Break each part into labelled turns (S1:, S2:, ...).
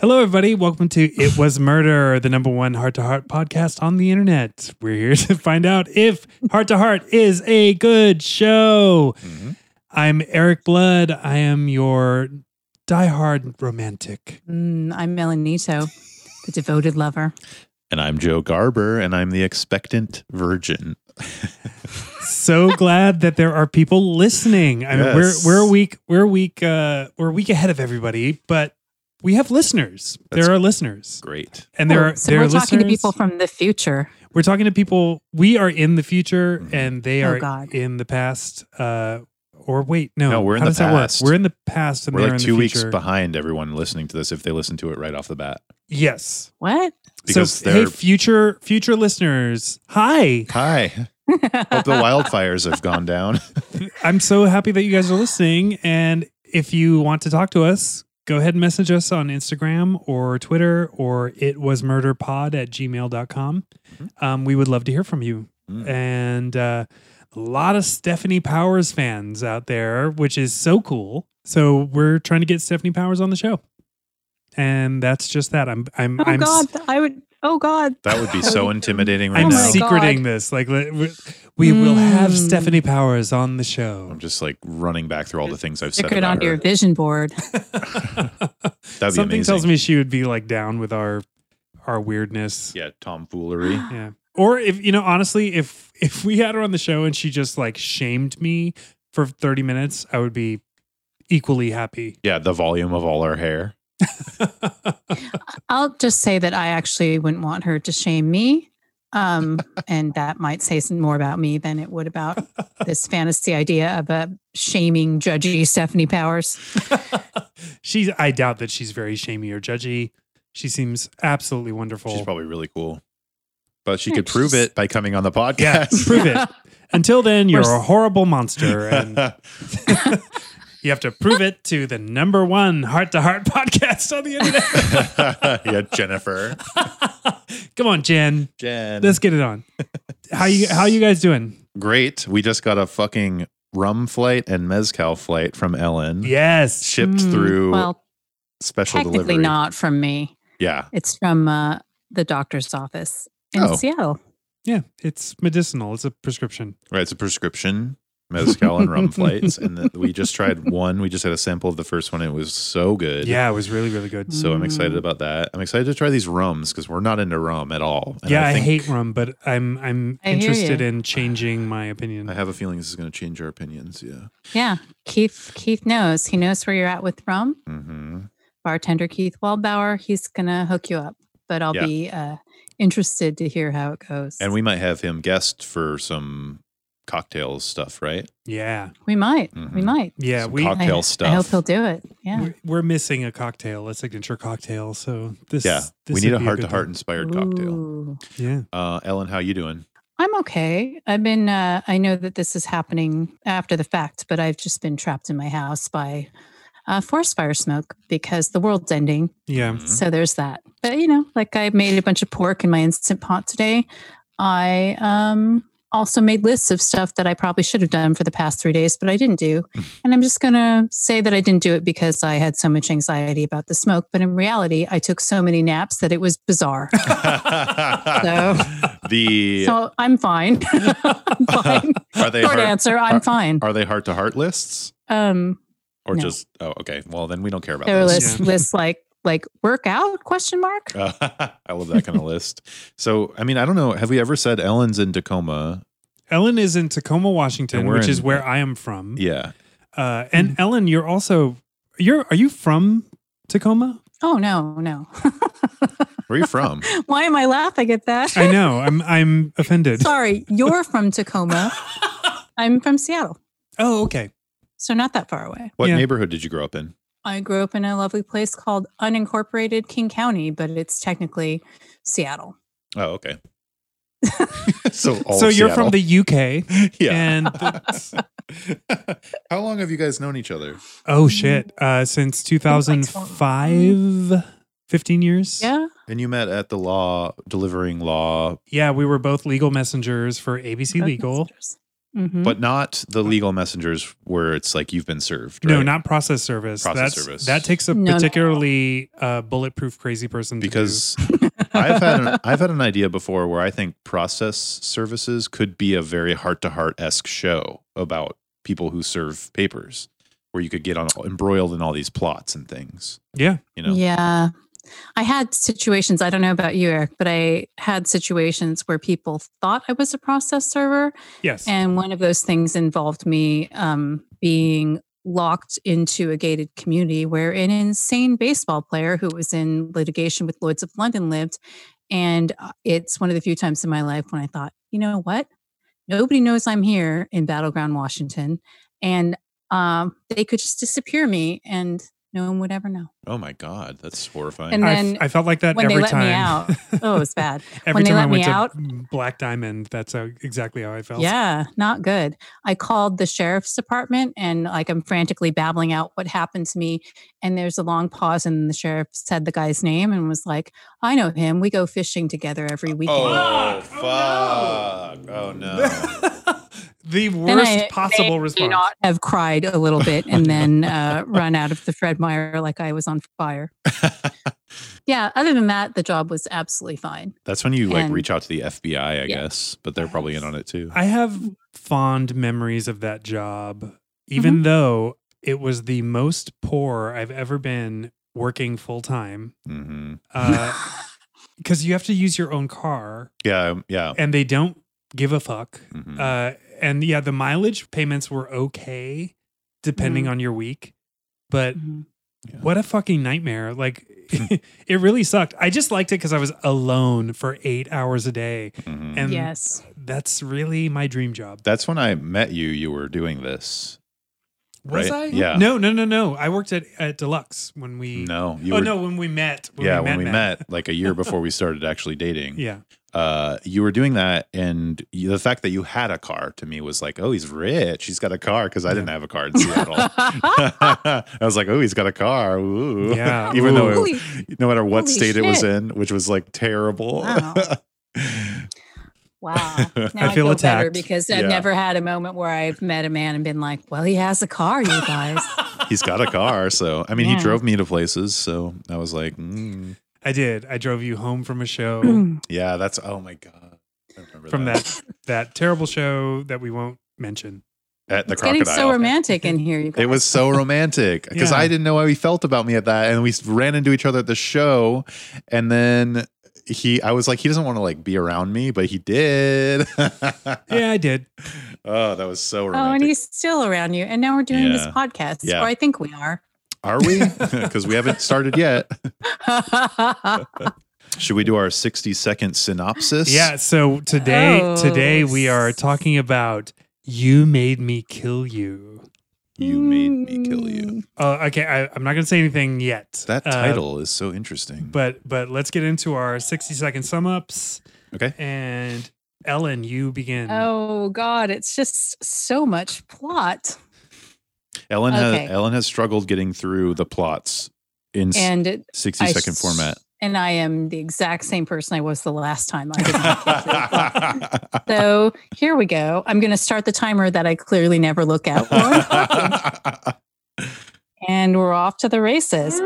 S1: Hello, everybody. Welcome to It Was Murder, the number one heart to heart podcast on the internet. We're here to find out if Heart to Heart is a good show.
S2: Mm-hmm.
S1: I'm Eric Blood. I am your diehard romantic.
S2: Mm, I'm Melanito, the devoted lover.
S3: And I'm Joe Garber, and I'm the expectant virgin.
S1: So glad that there are people listening. I mean, we're
S3: Yes.
S1: we're a week we're a week uh, we're a week ahead of everybody, but we have listeners.
S3: That's-
S1: there are listeners,
S3: Great.
S1: and there
S2: Oh,
S1: are
S2: so
S1: there
S2: we're
S1: are
S2: talking to
S1: listeners-
S2: people from the future.
S1: we're talking to people we are in the future
S3: Mm-hmm.
S1: and they
S2: Oh,
S1: are
S2: God.
S1: in the past uh or wait no,
S3: No, we're in
S1: how
S3: the
S1: does that work?
S3: past.
S1: we're in the past and
S3: We're
S1: they're
S3: like
S1: in
S3: two
S1: the
S3: weeks
S1: future
S3: behind everyone listening to this if they listen to it right off the bat.
S1: yes
S2: What?
S3: Because
S1: so hey
S3: they're-
S1: future future listeners hi
S3: Hi. Hope the wildfires have gone down.
S1: i'm so happy that you guys are listening and if you want to talk to us go ahead and message us on instagram or twitter or it was murder pod at gmail.com um, we would love to hear from you
S3: Mm.
S1: and uh, a lot of Stephanie Powers fans out there, which is so cool. So we're trying to get Stephanie Powers on the show, and that's just that. I'm I'm
S2: Oh
S1: I'm s-
S2: God! I would. Oh God!
S3: That would be so intimidating right
S1: I'm
S2: "Oh my
S3: now.
S2: God.
S1: secreting this. Like let- we, we will have
S2: Mm.
S1: Stephanie Powers on the show.
S3: I'm just like running back through all the things I've
S2: Stick
S3: said
S2: it
S3: about
S2: onto your
S3: her.
S2: vision board.
S3: That'd be
S1: Something
S3: amazing.
S1: tells me she would be like down with our our weirdness.
S3: yeah, tomfoolery.
S1: Yeah. Or if you know, honestly, if if we had her on the show and she just like shamed me for 30 minutes, I would be equally happy.
S3: Yeah, the volume of all our hair.
S2: I'll just say that I actually wouldn't want her to shame me, um, and that might say some more about me than it would about this fantasy idea of a shaming, judgy Stephanie Powers.
S1: she's I doubt that she's very shamey or judgy. She seems absolutely wonderful.
S3: She's probably really cool. But she
S2: Yeah,
S3: could prove
S2: she's-
S3: it by coming on the
S1: yeah,
S3: podcast.
S1: prove it. Until then, you're
S2: We're
S1: a horrible monster and you have to prove it to the number one heart to heart podcast on the internet.
S3: yeah, Jennifer.
S1: Come on, Jen.
S3: Jen.
S1: Let's get it on. How you how you guys doing?
S3: Great. We just got a fucking rum flight and mezcal flight from Ellen.
S1: Yes.
S3: Shipped
S2: Mm,
S3: through
S2: Well,
S3: special
S2: technically
S3: delivery.
S2: not from me.
S3: Yeah.
S2: It's from uh, the doctor's office in
S3: Oh.
S2: Seattle.
S1: Yeah, it's medicinal. It's a prescription.
S3: Right. It's a prescription mezcal and rum flights. And th- we just tried one. We just had a sample of the first one. It was so good.
S1: Yeah, it was really, really good.
S3: So I'm excited
S2: Mm.
S3: about that. I'm excited to try these rums because we're not into rum at all. And
S1: yeah, I,
S3: think-
S1: hate rum, but I'm I'm
S2: I hear
S1: interested
S2: you.
S1: in changing my opinion.
S3: I have a feeling this is going to change our opinions. Yeah.
S2: Yeah, Keith. Keith knows. He knows where you're at with rum.
S3: Mm-hmm.
S2: Bartender Keith Waldbauer. He's gonna hook you up, but I'll
S3: Yeah.
S2: be uh, interested to hear how it goes.
S3: And we might have him guest for some cocktails stuff, right?
S1: yeah,
S2: we might. We
S3: Mhm.
S2: might.
S1: yeah.
S3: Some
S1: We
S3: cock-
S2: I-
S3: Cocktail
S2: I,
S3: stuff.
S2: hope he'll do it. Yeah.
S1: we're, we're missing a cocktail, a signature cocktail. So this
S3: Yeah.
S1: this
S3: we need
S1: would
S3: a
S1: be
S3: heart
S1: good
S3: to heart
S1: one.
S3: inspired cocktail.
S2: Ooh.
S1: Yeah.
S3: Uh, Ellen, how you doing?
S2: I'm okay. I've been. Uh, I know that this is happening after the fact, but I've just been trapped in my house by uh, forest fire smoke because the world's ending.
S1: Yeah.
S3: Mhm.
S2: So there's that. But you know, like I made a bunch of pork in my instant pot today. I um also made lists of stuff that I probably should have done for the past three days, but I didn't do.
S3: Mm-hmm.
S2: And I'm just gonna say that I didn't do it because I had so much anxiety about the smoke. But in reality, I took so many naps that it was bizarre.
S3: the
S2: So I'm fine. I'm fine.
S3: are they
S2: Short
S3: heart,
S2: answer, I'm fine.
S3: are they heart to heart lists
S2: Um
S3: or
S2: No.
S3: just oh okay well then we don't care about
S2: there were
S3: this.
S2: lists lists like like workout question mark.
S3: I love that kind of list. So I mean I don't know have we ever said Ellen's in Tacoma?
S1: Ellen is in Tacoma, Washington,
S3: And we're
S1: which is
S3: in-
S1: where I am from.
S3: Yeah.
S1: Uh, and Ellen, you're also you're are you from Tacoma?
S2: Oh no, no.
S3: Where are you from?
S2: Why am I laughing at that?
S1: I know. I'm I'm offended.
S2: Sorry, you're from Tacoma. I'm from Seattle,
S1: Oh, okay.
S2: so not that far away.
S3: What
S1: Yeah.
S3: neighborhood did you grow up in?
S2: I grew up in a lovely place called unincorporated King County, but it's technically Seattle.
S3: Oh okay. so all
S1: so
S3: of
S1: you're from
S3: Seattle.
S1: the UK,
S3: yeah.
S1: and the-
S3: How long have you guys known each other?
S1: Oh shit. Uh since 2005 15 years.
S2: Yeah,
S3: And you met at the law delivering law.
S1: Yeah, we were both legal messengers for ABC
S2: both
S1: Legal. Hmm?
S2: masters. Mhm.
S3: but not the legal messengers where it's like you've been served.
S1: No,
S3: right?
S1: not process service.
S3: Process
S1: That's,
S3: service.
S1: That takes a
S2: No, no.
S1: particularly uh, bulletproof crazy person to do.
S3: because I've had an, I've had an idea before where I think process services could be a very heart to heart esque show about people who serve papers, where you could get on embroiled in all these plots and things.
S1: yeah,
S3: You know,
S2: Yeah. I had situations, I don't know about you, Eric, but I had situations where people thought I was a process server.
S1: yes,
S2: And one of those things involved me um, being locked into a gated community where an insane baseball player who was in litigation with Lloyds of London lived. And uh, it's one of the few times in my life when I thought, you know what? Nobody knows I'm here in Battleground, Washington. And um, they could just disappear me and no one would ever know.
S3: oh my god, that's horrifying.
S2: And
S1: I f-
S2: then
S1: I felt like that
S2: when they
S1: every
S2: let me
S1: time.
S2: out, Oh, it was bad.
S1: every
S2: they
S1: time
S2: let
S1: I
S2: me
S1: went to
S2: out-
S1: Black Diamond, that's how, exactly how I felt.
S2: Yeah, not good. I called the sheriff's department and like I'm frantically babbling out what happened to me. And there's a long pause, and the sheriff said the guy's name and was like, I know him. We go fishing together every weekend.
S3: oh
S1: Fuck. Oh,
S3: fuck! Oh no!
S1: the
S2: Then
S1: worst
S2: I may
S1: possible
S2: or may
S1: response.
S2: not have cried a little bit and then uh, run out of the Fred Meyer like I was on fire. Yeah, other than that, the job was absolutely fine.
S3: that's when you like
S2: And-
S3: reach out to the FBI, I
S2: Yeah.
S3: guess, but they're probably in on it too.
S1: I have fond memories of that job, even though it was the most poor I've ever been working full time.
S3: hmm
S1: Because you have to use your own car,
S3: Yeah, um, yeah.
S1: and they don't give a fuck.
S3: Mhm.
S1: Uh, and yeah, the mileage payments were okay depending on your week, but
S2: Mhm.
S1: what a fucking nightmare! Like, it really sucked. I just liked it because I was alone for eight hours a day,
S3: Mhm.
S1: and
S2: yes.
S1: that's really my dream job.
S3: That's when I met you. You were doing this.
S1: Was
S3: Right?
S1: I?
S3: Yeah.
S1: No, no, no, no. I worked at, at Deluxe when we.
S3: No, you
S1: oh
S3: were,
S1: no, when we met. When
S3: yeah,
S1: we met,
S3: when we met, like a year before we started actually dating.
S1: Yeah.
S3: uh, you were doing that, and you, the fact that you had a car to me was like, oh, he's rich. He's got a car because I didn't have a car in Seattle. I was like, oh, he's got a car. Ooh.
S1: Yeah.
S3: Even though,
S2: Holy-
S3: no matter what
S2: holy
S3: state it was
S2: shit.
S3: in, which was like terrible.
S2: Wow. Wow. Now
S1: I feel
S2: feel better
S1: attacked.
S2: because I've
S3: Yeah.
S2: never had a moment where I've met a man and been like, well, he has a car, you guys.
S3: he's got a car. So, I mean,
S2: Yeah.
S3: he drove me to places. So I was like, mm,
S1: I did. I drove you home from a show
S2: Mm.
S3: yeah, that's, oh my God. I remember
S1: from that that terrible show that we won't mention.
S3: At the
S2: it's
S3: crocodile.
S2: getting so romantic in here, you guys.
S3: It was so romantic because
S1: Yeah.
S3: I didn't know how he felt about me at that, and we ran into each other at the show, and then he, I was like, he doesn't want to like be around me, but he did. Uh,
S1: Yeah, I did.
S3: Oh, that was so
S2: Oh, and
S3: romantic.
S2: he's still around you. And now we're doing this
S3: Yeah.
S2: podcast,
S3: Yeah.
S2: or I think we are.
S3: Are we? Because we haven't started yet. Should we do our sixty-second synopsis?
S1: Yeah. So today,
S2: Oh.
S1: today we are talking about "You Made Me Kill You."
S3: You made me kill
S2: Mm.
S3: you.
S1: Uh, okay, I, I'm not going to say anything yet.
S3: That
S1: Uh,
S3: title is so interesting.
S1: but but let's get into our 60 second sum ups.
S3: okay.
S1: And Ellen, you begin.
S2: Oh, God. It's just so much plot.
S3: Ellen
S2: okay.
S3: has Ellen has struggled getting through the plots in
S2: And it, I
S3: sixty-second
S2: s-
S3: format.
S2: And I am the exact same person I was the last time. I did not get through the plot. So here we go. I'm going to start the timer that I clearly never look at. and we're off to the races.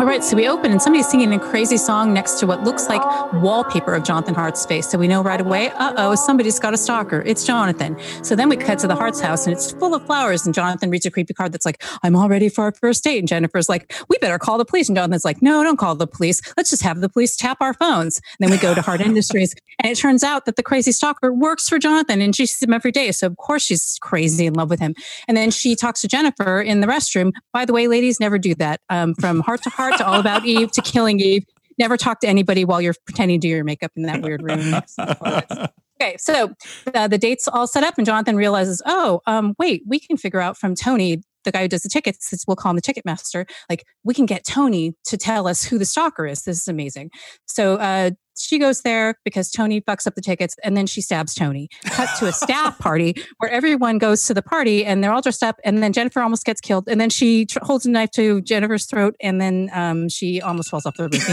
S2: All right, so we open and somebody's singing a crazy song next to what looks like wallpaper of Jonathan Hart's face. So we know right away, uh oh, somebody's got a stalker. It's Jonathan. So then we cut to the Hart's house and it's full of flowers. And Jonathan reads a creepy card that's like, I'm all ready for our first date. And Jennifer's like, we better call the police. And Jonathan's like, no, don't call the police. Let's just have the police tap our phones. And then we go to Hart Industries. And it turns out that the crazy stalker works for Jonathan and she sees him every day. So of course she's crazy in love with him. And then she talks to Jennifer in the restroom. By the way, ladies, never do that. Um, from heart to heart to all about Eve to killing Eve. Never talk to anybody while you're pretending to do your makeup in that weird room. next to the toilets. Okay, so uh, the date's all set up, and Jonathan realizes, oh, um, wait, we can figure out from Tony, the guy who does the tickets, since we'll call him the ticket master. Like, we can get Tony to tell us who the stalker is. This is amazing. So uh, she goes there because Tony fucks up the tickets, and then she stabs Tony. Cut to a staff party where everyone goes to the party, and they're all dressed up, and then Jennifer almost gets killed, and then she tr- holds a knife to Jennifer's throat, and then um, she almost falls off the roof. The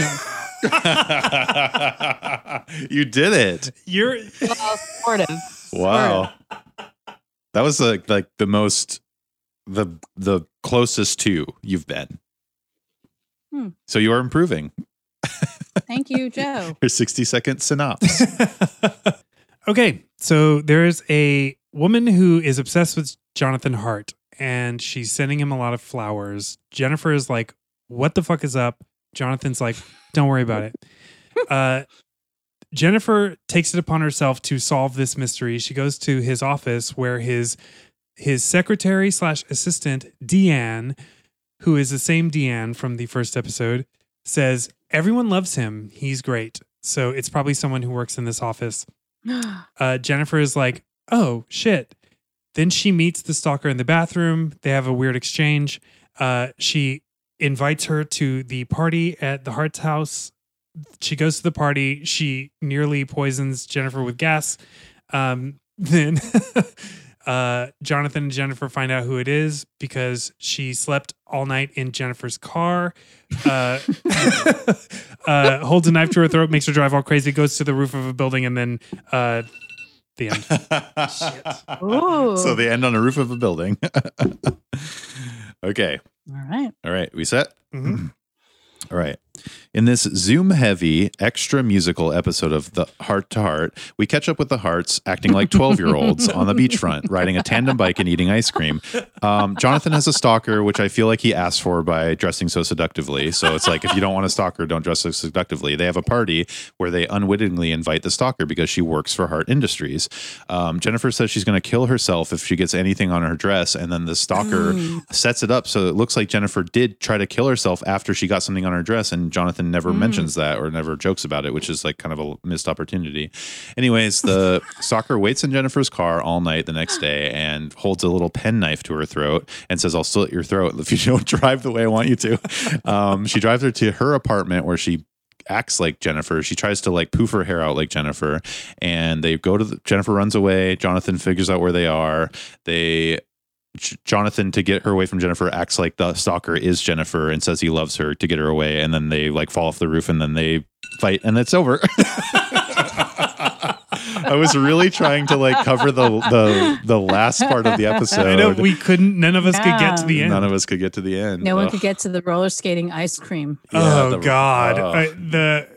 S2: end.
S3: you did it.
S1: You're
S2: well, sort of.
S3: Wow. That was like like the most the the closest to you've been.
S2: Hmm.
S3: So you are improving.
S2: Thank you, Joe.
S3: Your 60 second synopsis.
S1: okay, so there's a woman who is obsessed with Jonathan Hart and she's sending him a lot of flowers. Jennifer is like, What the fuck is up? Jonathan's like, Don't worry about it. Uh, Jennifer takes it upon herself to solve this mystery. She goes to his office where his his secretary slash assistant, Deanne, who is the same Deanne from the first episode, says everyone loves him. He's great. So it's probably someone who works in this office. Uh, Jennifer is like, oh shit. Then she meets the stalker in the bathroom. They have a weird exchange. Uh, she invites her to the party at the Hart's house. She goes to the party. She nearly poisons Jennifer with gas. Um, then uh, Jonathan and Jennifer find out who it is because she slept all night in Jennifer's car. Uh, uh, holds a knife to her throat, makes her drive all crazy, goes to the roof of a building, and then uh, the end.
S2: Ooh.
S3: So they end on the roof of a building. okay.
S2: All right.
S3: All right. We set?
S1: Mhm.
S3: All right. In this Zoom heavy extra musical episode of The Heart to Heart, we catch up with the Hearts acting like 12 year olds on the beachfront, riding a tandem bike and eating ice cream. Um, Jonathan has a stalker, which I feel like he asked for by dressing so seductively. So it's like, if you don't want a stalker, don't dress so seductively. They have a party where they unwittingly invite the stalker because she works for Heart Industries. Um, Jennifer says she's going to kill herself if she gets anything on her dress. And then the stalker sets it up so it looks like Jennifer did try to kill herself after she got something on her dress. And Jonathan never mentions that or never jokes about it, which is like kind of a missed opportunity. Anyways, the stalker waits in Jennifer's car all night the next day and holds a little pen knife to her throat and says, I'll slit your throat if you don't drive the way I want you to. Um, she drives her to her apartment where she acts like Jennifer. She tries to like poof her hair out like Jennifer. And they go to the, Jennifer runs away. Jonathan figures out where they are. They J- Jonathan to get her away from Jennifer acts like the stalker is Jennifer and says he loves her to get her away. And then they like fall off the roof and then they fight and it's over. I was really trying to like cover the the the last part of the episode.
S1: I know we couldn't. None of us could get to the end.
S3: None of us could get to the end.
S2: No one
S3: Ugh.
S2: could get to the roller skating ice cream.
S3: Yeah,
S1: oh
S3: the-
S1: God!
S3: ugh.
S1: I, the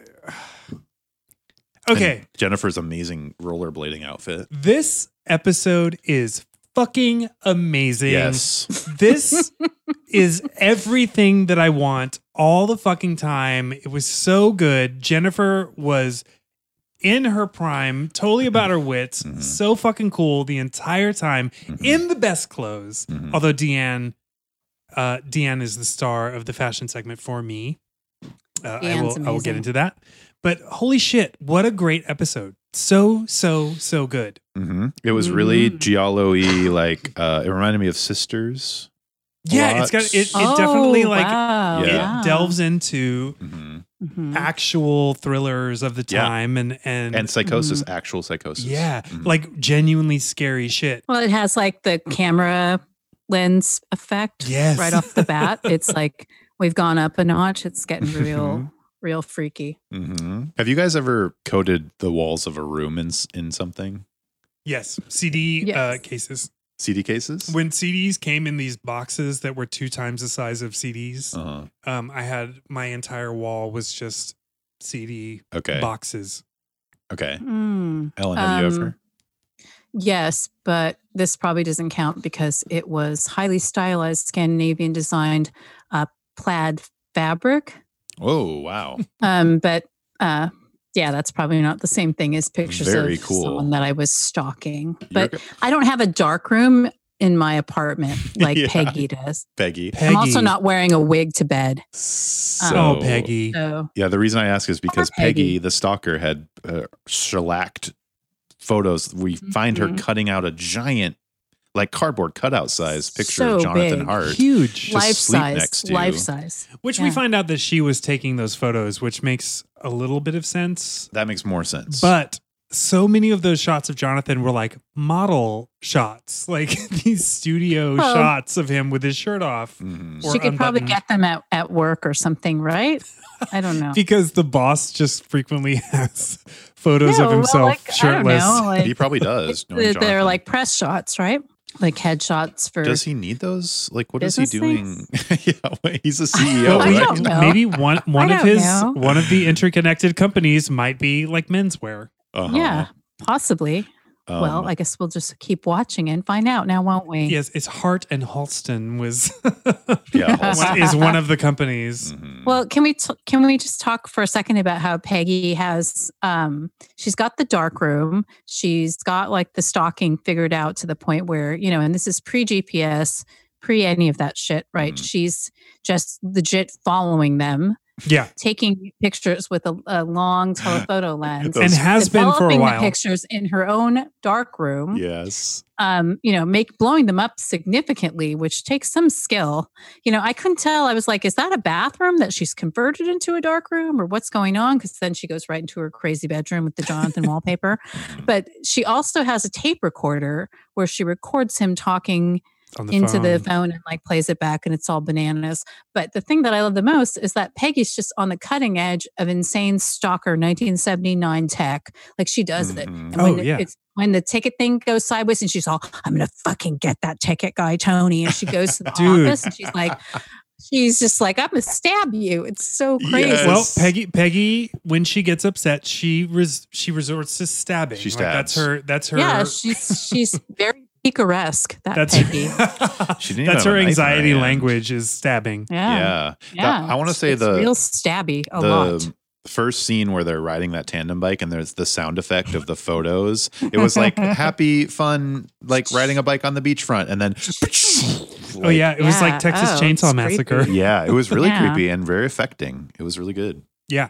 S1: okay.
S3: And Jennifer's amazing rollerblading outfit.
S1: This episode is fucking amazing.
S3: Yes.
S1: This is everything that I want all the fucking time. It was so good. Jennifer was in her prime, totally about her wits,
S3: Mhm.
S1: so fucking cool the entire time,
S3: Mhm.
S1: in the best clothes.
S3: Mhm.
S1: Although Deanne, uh, Deanne is the star of the fashion segment for me. Uh, I
S2: Deanne's
S1: will. I will get
S2: amazing.
S1: into that. But holy shit, what a great episode! So so so good.
S3: hmm It was really
S1: Mm-hmm.
S2: Mhm.
S3: giallo y, like, uh, it reminded me of Sisters.
S1: Yeah, it's got it. It definitely
S2: Oh,
S1: like
S2: wow,
S1: it
S3: Yeah.
S1: delves into
S3: hmm
S2: Mhm.
S1: actual thrillers of the
S3: Yeah.
S1: time and and,
S3: And psychosis, actual psychosis.
S1: Mm-hmm. yeah,
S3: Mhm.
S1: like genuinely scary shit.
S2: Well, it has like the camera lens effect
S1: Yes.
S2: right off the bat. It's like we've gone up a notch. It's getting
S1: Mm-hmm.
S2: real, real freaky.
S3: Mhm. Have you guys ever coated the walls of a room in s- in something?
S1: Yes, CD Uh,
S2: Yes.
S1: cases.
S3: CD cases?
S1: When CDs came in these boxes that were two times the size of CDs,
S3: uh-huh.
S1: um, I had my entire wall was just CD
S3: Okay.
S1: boxes.
S3: okay.
S2: Mm.
S3: Ellen, have you
S2: Um,
S3: ever?
S2: Yes, but this probably doesn't count because it was highly stylized Scandinavian designed uh, plaid fabric.
S3: Oh, wow.
S2: Um, but uh, yeah, that's probably not the same thing as pictures
S3: Very
S2: of
S3: cool.
S2: someone that I was stalking.
S3: You're
S2: But I don't have a dark room in my apartment like
S3: Yeah.
S2: Peggy does.
S3: Peggy.
S1: Peggy.
S2: I'm also not wearing a wig to bed.
S3: So,
S1: oh, Peggy.
S2: So
S3: Yeah, the reason I ask is because Peggy.
S2: Peggy.
S3: the stalker, had uh, shellacked photos. We find her
S2: Mhm.
S3: cutting out a giant, like cardboard cutout size picture of
S2: So
S3: Jonathan
S2: big.
S3: Hart.
S1: Huge.
S3: Just
S2: life
S3: sleep
S2: size,
S3: next to-
S2: life size.
S1: Which we
S2: Yeah.
S1: find out that she was taking those photos, which makes a little bit of sense.
S3: That makes more sense.
S1: But so many of those shots of Jonathan were like model shots, like these studio
S2: Well-
S1: shots of him with his shirt off.
S3: Mhm.
S1: Or
S2: She could probably
S1: unbuttoned.
S2: get them at, at work or something, right? I don't know.
S1: Because the boss just frequently has photos
S2: No,
S1: of
S2: well,
S1: himself
S2: like, I don't
S1: shirtless.
S2: know, like,
S3: he probably does. knowing
S2: they're
S3: Jonathan.
S2: like press shots, right? like headshots for
S3: Does he need those? Like, what is he doing?
S2: Business
S3: yeah, well, he's a CEO.
S1: But we-
S3: right?
S2: don't know.
S1: Maybe one one of
S2: don't
S1: his
S2: know.
S1: one of the interconnected companies might be like menswear.
S3: Uh-huh.
S2: yeah possibly
S3: Um,
S2: well i guess we'll just keep watching and find out now won't we
S1: Yes, it's Hart and Halston was
S3: yeah,
S2: Uh,
S1: one- is one of the companies.
S3: Mhm.
S2: Well, can we t- can we just talk for a second about how Peggy has um she's got the dark room. She's got like the stalking figured out to the point where, you know, and this is pre GPS, pre any of that shit, right?
S1: Mm.
S3: Mhm.
S2: She's just legit following them,
S1: Yeah,
S2: taking pictures with a, a long telephoto lens.
S3: Those-
S1: and has been for a
S2: developing
S1: while.
S2: the pictures in her own dark room
S3: yes.
S2: um, you know, make blowing them up significantly, which takes some skill. You know, I couldn't tell. I was like, is that a bathroom that she's converted into a dark room or what's going on? Because then she goes right into her crazy bedroom with the Jonathan wallpaper.
S3: Mhm.
S2: But she also has a tape recorder where she records him talking
S1: on
S2: into the
S1: phone.
S2: phone and like plays it back and it's all bananas. But the thing that I love the most is that Peggy's just on the cutting edge of insane stalker 1979 tech. Like she does it.
S3: Mhm.
S2: And when
S1: Oh,
S2: the,
S1: yeah.
S2: it's, when the ticket thing goes sideways and she's all, I'm going to fucking get that ticket guy, Tony. And she goes to the
S1: Dude.
S2: office and she's like, she's just like, I'm going to stab you. It's so crazy.
S3: Yes.
S1: Well, Peggy, Peggy, when she gets upset, she res- she resorts to stabbing.
S3: She
S1: that's
S3: stabs.
S1: her. That's her.
S2: yeah, she's, she's very picaresque, that
S1: that's
S2: Peggy.
S3: She didn't even
S1: that's her
S3: have a knife in her
S1: anxiety
S3: hand.
S1: language is stabbing.
S2: Yeah. Yeah.
S3: Yeah. That- I wanna
S2: It's-
S3: say
S2: it's
S3: the-
S2: real stabby a
S3: the
S2: lot.
S3: first scene where they're riding that tandem bike and there's the sound effect of the photos. It was like happy, fun, like riding a bike on the beachfront. And then,
S1: oh yeah, it was
S2: Yeah,
S1: like Texas
S2: oh,
S1: Chainsaw
S2: it's
S1: Massacre.
S2: creepy.
S3: Yeah. It was really
S2: Yeah.
S3: creepy and very affecting. It was really good.
S1: Yeah,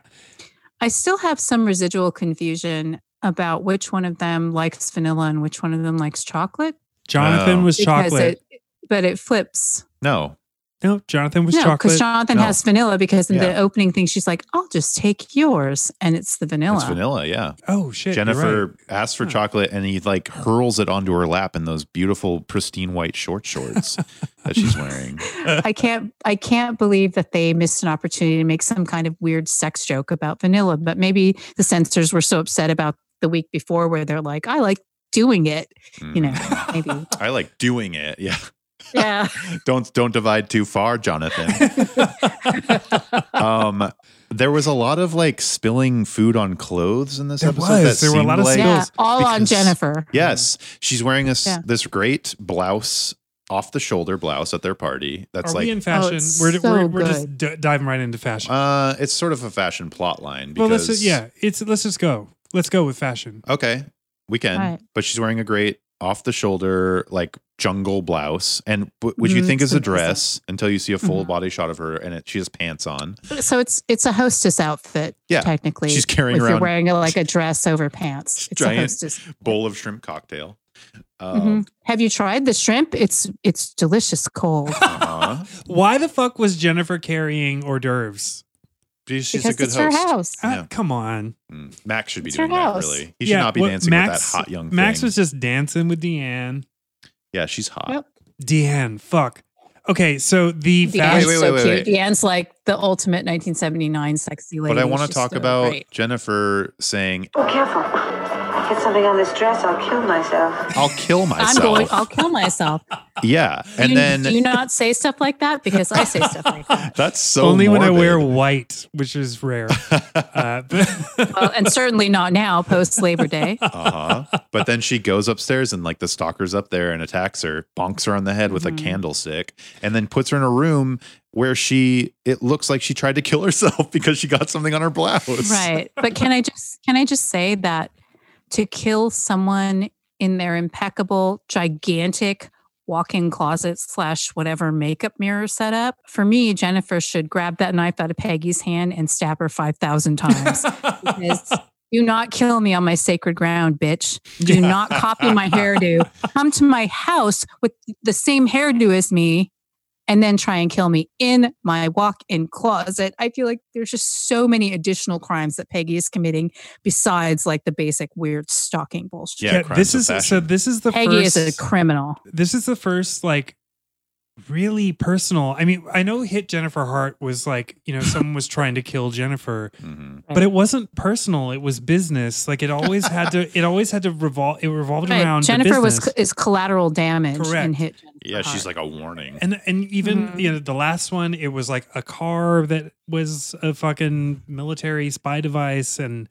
S2: I still have some residual confusion about which one of them likes vanilla and which one of them likes chocolate.
S1: Jonathan
S3: Oh.
S1: was
S2: because
S1: chocolate.
S2: It, but it flips.
S3: No.
S1: no, Jonathan was
S2: no, because
S1: chocolate.
S2: Jonathan
S3: No.
S2: has vanilla because in the
S3: Yeah.
S2: opening thing, she's like, I'll just take yours. And it's the vanilla.
S3: It's vanilla. Yeah.
S1: oh shit, you're
S3: Jennifer
S1: right.
S3: asks for
S1: Huh.
S3: chocolate and he like hurls it onto her lap in those beautiful, pristine white short shorts that she's wearing.
S2: I can't I can't believe that they missed an opportunity to make some kind of weird sex joke about vanilla, but maybe the censors were so upset about the week before where they're like, I like doing it. You know,
S3: Mm.
S2: maybe.
S3: I like doing it. Yeah.
S2: yeah.
S3: Don't don't divide too far, Jonathan. um there was a lot of like spilling food on clothes in this
S1: There
S3: episode
S1: was.
S3: that
S1: There were a
S3: seemed
S1: lot of
S3: like-
S1: spills.
S2: Yeah. All on
S3: because-
S2: Jennifer.
S3: yes she's wearing this
S2: Yeah.
S3: this great blouse off the shoulder blouse at their party that's
S1: Are
S3: like Oh,
S1: we in fashion?
S2: it's
S1: we're we're,
S2: so
S1: we're just d- diving right into fashion.
S3: uh it's sort of a fashion plot line
S1: well, let's
S3: because
S1: just, yeah, it's let's just go. Let's go with fashion.
S3: okay we can
S2: Right.
S3: but she's wearing a great off the shoulder like jungle blouse and w- which
S1: Mm,
S3: you
S2: Mhm,
S3: think is
S2: so
S3: a
S2: it's a-
S3: dress until you see a full
S2: Mhm.
S3: body shot of her and it she has pants on
S2: So it's it's a hostess outfit,
S3: Yeah.
S2: technically.
S3: she's carrying
S2: if you're
S3: around
S2: wearing a, like a dress over pants. It's
S3: Giant.
S2: a hostess.
S3: bowl of shrimp cocktail
S2: Mhm.
S3: um,
S2: Have you tried the shrimp? It's it's delicious cold.
S3: uh-huh.
S1: Why the fuck was Jennifer carrying hors d'oeuvres?
S3: she's, she's a
S2: because
S3: good
S2: it's
S3: host
S2: her house.
S1: Uh,
S3: Yeah.
S1: Come on.
S3: Mm. Max should be
S2: It's her
S3: doing that.
S2: house.
S3: Really, he
S1: Yeah,
S3: should not be
S1: well,
S3: dancing
S1: Max-
S3: with that hot young.
S1: Max
S3: thing.
S1: was just dancing with Deanne.
S3: yeah, she's hot.
S2: Yep.
S1: Deanne, fuck. Okay, so the
S2: Deanne's
S1: fashion.
S3: wait,
S2: so
S3: wait, wait,
S2: cute. Deanne's like the ultimate 1979 sexy lady.
S3: But I want to
S2: She's
S3: talk
S2: so
S3: about
S2: great.
S3: Jennifer saying,
S4: Oh, careful. If I get something on this dress, I'll kill myself.
S3: "I'll kill myself."
S2: I'm going. I'll kill myself.
S3: yeah, and
S2: you,
S3: then
S2: do you not say stuff like that because I say stuff like that.
S3: that's so
S1: Only when I wear
S3: morbid.
S1: white, which is rare. uh, but-
S2: Well, and certainly not now, post Labor Day.
S3: uh-huh. But then she goes upstairs and like the stalker's up there and attacks her, bonks her on the head with
S2: Mhm.
S3: a candlestick, and then puts her in a room where she it looks like she tried to kill herself because she got something on her blouse.
S2: right but can i just can i just say that to kill someone in their impeccable gigantic walk-in closet slash whatever makeup mirror setup for me jennifer should grab that knife out of peggy's hand and stab her 5000 times because do not kill me on my sacred ground bitch do not copy my hairdo come to my house with the same hairdo as me and then try and kill me in my walk-in closet. I feel like there's just so many additional crimes that Peggy is committing besides like the basic weird stalking bullshit.
S3: Yeah,
S1: Yeah,
S3: crimes
S1: this
S3: of
S1: is so.
S3: fashion.
S1: This is the
S2: Peggy
S1: first.
S2: is a criminal.
S1: this is the first like really personal. I mean, I know Hit Jennifer Hart was like, you know, someone was trying to kill Jennifer,
S3: hmm
S1: but it wasn't personal. It was business. Like it always had to. It always had to revolve. It revolved
S2: Right.
S1: around the
S2: Jennifer was
S1: business.
S2: is collateral damage
S1: Correct.
S2: and hit.
S3: Yeah, she's like a warning.
S1: And and even
S2: Mhm.
S1: you know the last one, it was like a car that was a fucking military spy device, and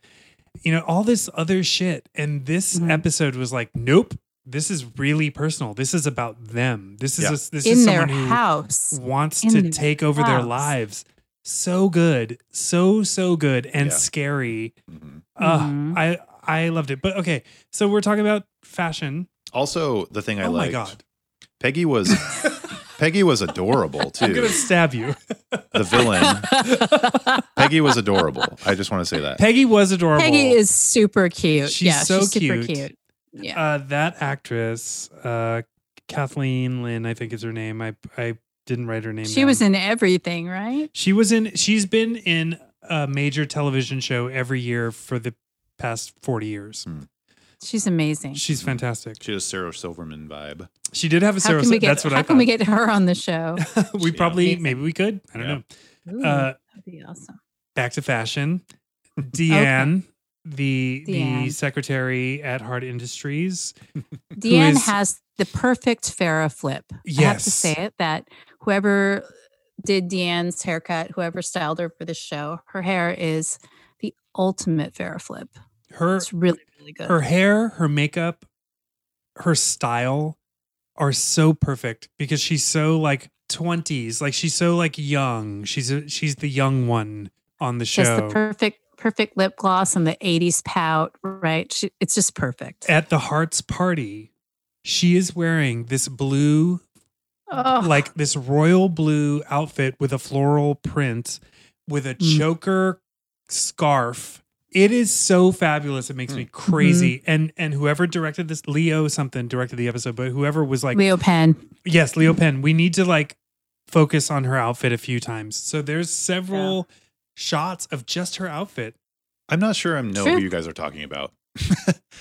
S1: you know all this other shit. And this
S2: Mhm.
S1: episode was like, nope, this is really personal. This is about them. This is
S3: Yeah.
S1: a, this is
S2: in their
S1: someone who
S2: house.
S1: wants
S2: in
S1: to
S2: their
S1: take over their
S2: house.
S1: lives. So good, so so good, and
S3: Yeah.
S1: scary.
S3: hmm
S1: Ugh,
S2: Mhm.
S1: I I loved it. But okay, so we're talking about fashion.
S3: Also, the thing I
S1: oh
S3: liked,
S1: my god,
S3: Peggy was Peggy was adorable
S1: I'm gonna
S3: too.
S1: stab you.
S3: The villain, Peggy was adorable. I just want to say that.
S1: Peggy was adorable.
S2: Peggy is super cute.
S1: She's
S2: yeah,
S1: so
S2: she's super
S1: cute.
S2: cute. Yeah.
S1: uh, that actress, uh, Kathleen Lynn, I think is her name. I I didn't write her name.
S2: she was
S1: down.
S2: in everything, right?
S1: She was in. She's been in a major television show every year for the past forty years.
S2: She's amazing.
S1: She's fantastic.
S3: Mm-hmm. She has Sarah Silverman vibe.
S1: She did have a
S2: how
S1: Sarah.
S2: can we get
S1: that's what
S2: how
S1: I
S2: can we
S1: thought.
S2: get her on the show?
S1: we
S3: Yeah.
S1: probably
S2: Amazing.
S1: maybe we could. I don't
S3: Yeah.
S1: know.
S2: Ooh,
S1: Uh,
S2: that'd be awesome.
S1: Back to fashion. Deanne, the the
S2: Deanne.
S1: secretary at Hard Industries.
S2: Deanne
S1: is-
S2: has the perfect Farrah flip. I have to
S1: Yes.
S2: say it that whoever did Deanne's haircut, whoever styled her for this show, her hair is the ultimate Farrah flip.
S1: Her
S2: It's really, really good.
S1: her hair, her makeup, her style are so perfect because she's so like 20s, like she's so like young. She's a, she's the young one on the
S2: just the
S1: show.
S2: perfect, perfect lip gloss and the 80s pout, right? She, it's just perfect.
S1: at the Hearts party, she is wearing this blue
S2: Oh,
S1: like this royal blue outfit with a floral print with a
S2: Mm.
S1: choker scarf. It is so fabulous. It makes me
S2: Mm-hmm.
S1: crazy. And and whoever directed this, Leo something directed the episode, but whoever was like,
S2: Leo Penn.
S1: yes, Leo Penn, we need to like focus on her outfit a few times. So there's several shots of just her outfit.
S3: I'm not sure I know who
S2: Sure.
S3: you guys are talking about.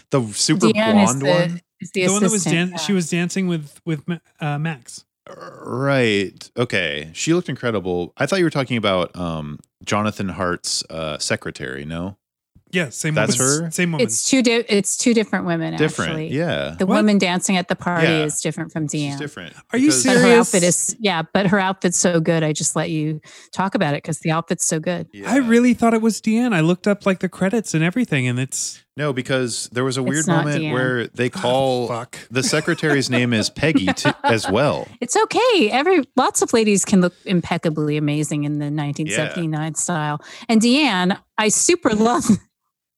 S3: the super
S2: Deanne is
S3: blonde
S2: the,
S3: one?
S2: is the
S1: the one that was
S2: assistant,
S1: dan- she
S2: yeah.
S1: was dancing with with Ma- uh, Max.
S3: Right. Okay. She looked incredible. I thought you were talking about um, Jonathan Hart's uh, secretary, no?
S1: Yeah, same
S3: That's
S1: woman.
S3: her?
S1: Same woman.
S2: It's two, di- it's two different women,
S3: Different.
S2: actually.
S3: Yeah.
S2: The
S1: What?
S2: woman dancing at the party
S3: Yeah.
S2: is different from Deanne.
S3: She's different.
S1: Are you
S3: because-
S2: But her
S1: Serious?
S2: outfit is yeah, but her outfit's so good. I just let you talk about it because the outfit's so good.
S1: I
S3: Yeah.
S1: really thought it was Deanne. I looked up like the credits and everything, and it's
S3: No, because there was a weird
S2: not
S3: moment
S2: Deanne.
S3: where they call
S1: Oh, fuck.
S3: the secretary's name is Peggy t- as well.
S2: It's okay. Every lots of ladies can look impeccably amazing in the 1979 style. And Deanne, I super love.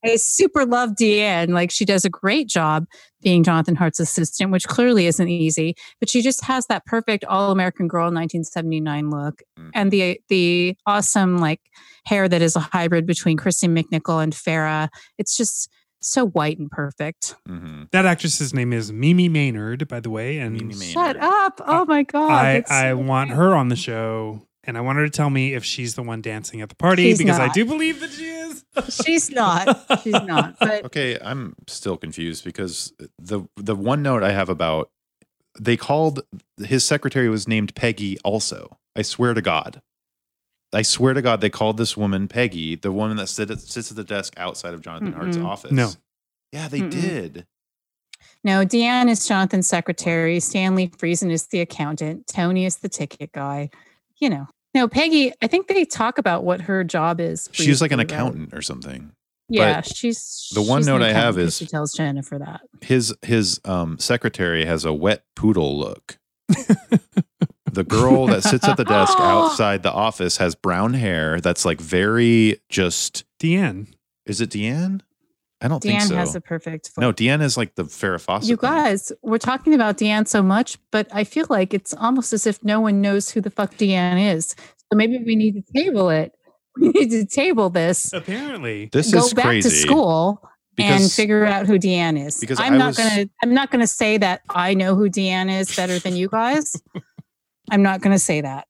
S2: I super love Deanne. Like she does a great job being Jonathan Hart's assistant, which clearly isn't easy, but she just has that perfect all American girl 1979 look
S3: Mm.
S2: and the the awesome like hair that is a hybrid between Christy McNichol and Farah. It's just so white and perfect.
S3: hmm
S1: That actress's name is Mimi Maynard, by the way, and
S3: Mimi Maynard.
S2: Shut up. Oh my God.
S1: I,
S2: that's so
S1: I want
S2: great.
S1: her on the show, and I want her to tell me if she's the one dancing at the party
S2: She's
S1: because I
S2: not.
S1: do believe that she is.
S2: She's not. She's not. But
S3: Okay, I'm still confused because the the one note I have about they called his secretary was named Peggy also. I swear to God. I swear to God they called this woman Peggy, the woman that sit, sits at the desk outside of Jonathan Hart's
S2: Mm-mm.
S3: office.
S1: No.
S3: Yeah, they
S2: Mm-mm.
S3: did.
S2: no, Deanne is Jonathan's secretary. Stanley Friesen is the accountant. Tony is the ticket guy. You know. No, Peggy, I think they talk about what her job is.
S3: She's like an
S2: briefly, right?
S3: accountant or something.
S2: Yeah, she's
S3: the one
S2: she's an
S3: note I have
S2: accountant 'cause
S3: is-
S2: she tells Jennifer that.
S3: His his um secretary has a wet poodle look. the girl that sits at the desk outside the office has brown hair that's like very just
S1: Deanne.
S3: Is it Deanne? I don't think
S2: Deanne
S3: so.
S2: has a perfect flip.
S3: no, Deanne is like the Farrah Fawcett.
S2: You
S3: thing.
S2: guys, we're talking about Deanne so much, but I feel like it's almost as if no one knows who the fuck Deanne is. So maybe we need to table it. We need to table this.
S1: Apparently,
S3: This
S2: go
S3: is
S2: back
S3: crazy.
S2: to school and
S3: because
S2: figure out who Deanne is.
S3: because
S2: I'm
S3: I
S2: not
S3: was-
S2: gonna I'm not gonna say that I know who Deanne is better than you guys. I'm not gonna say that.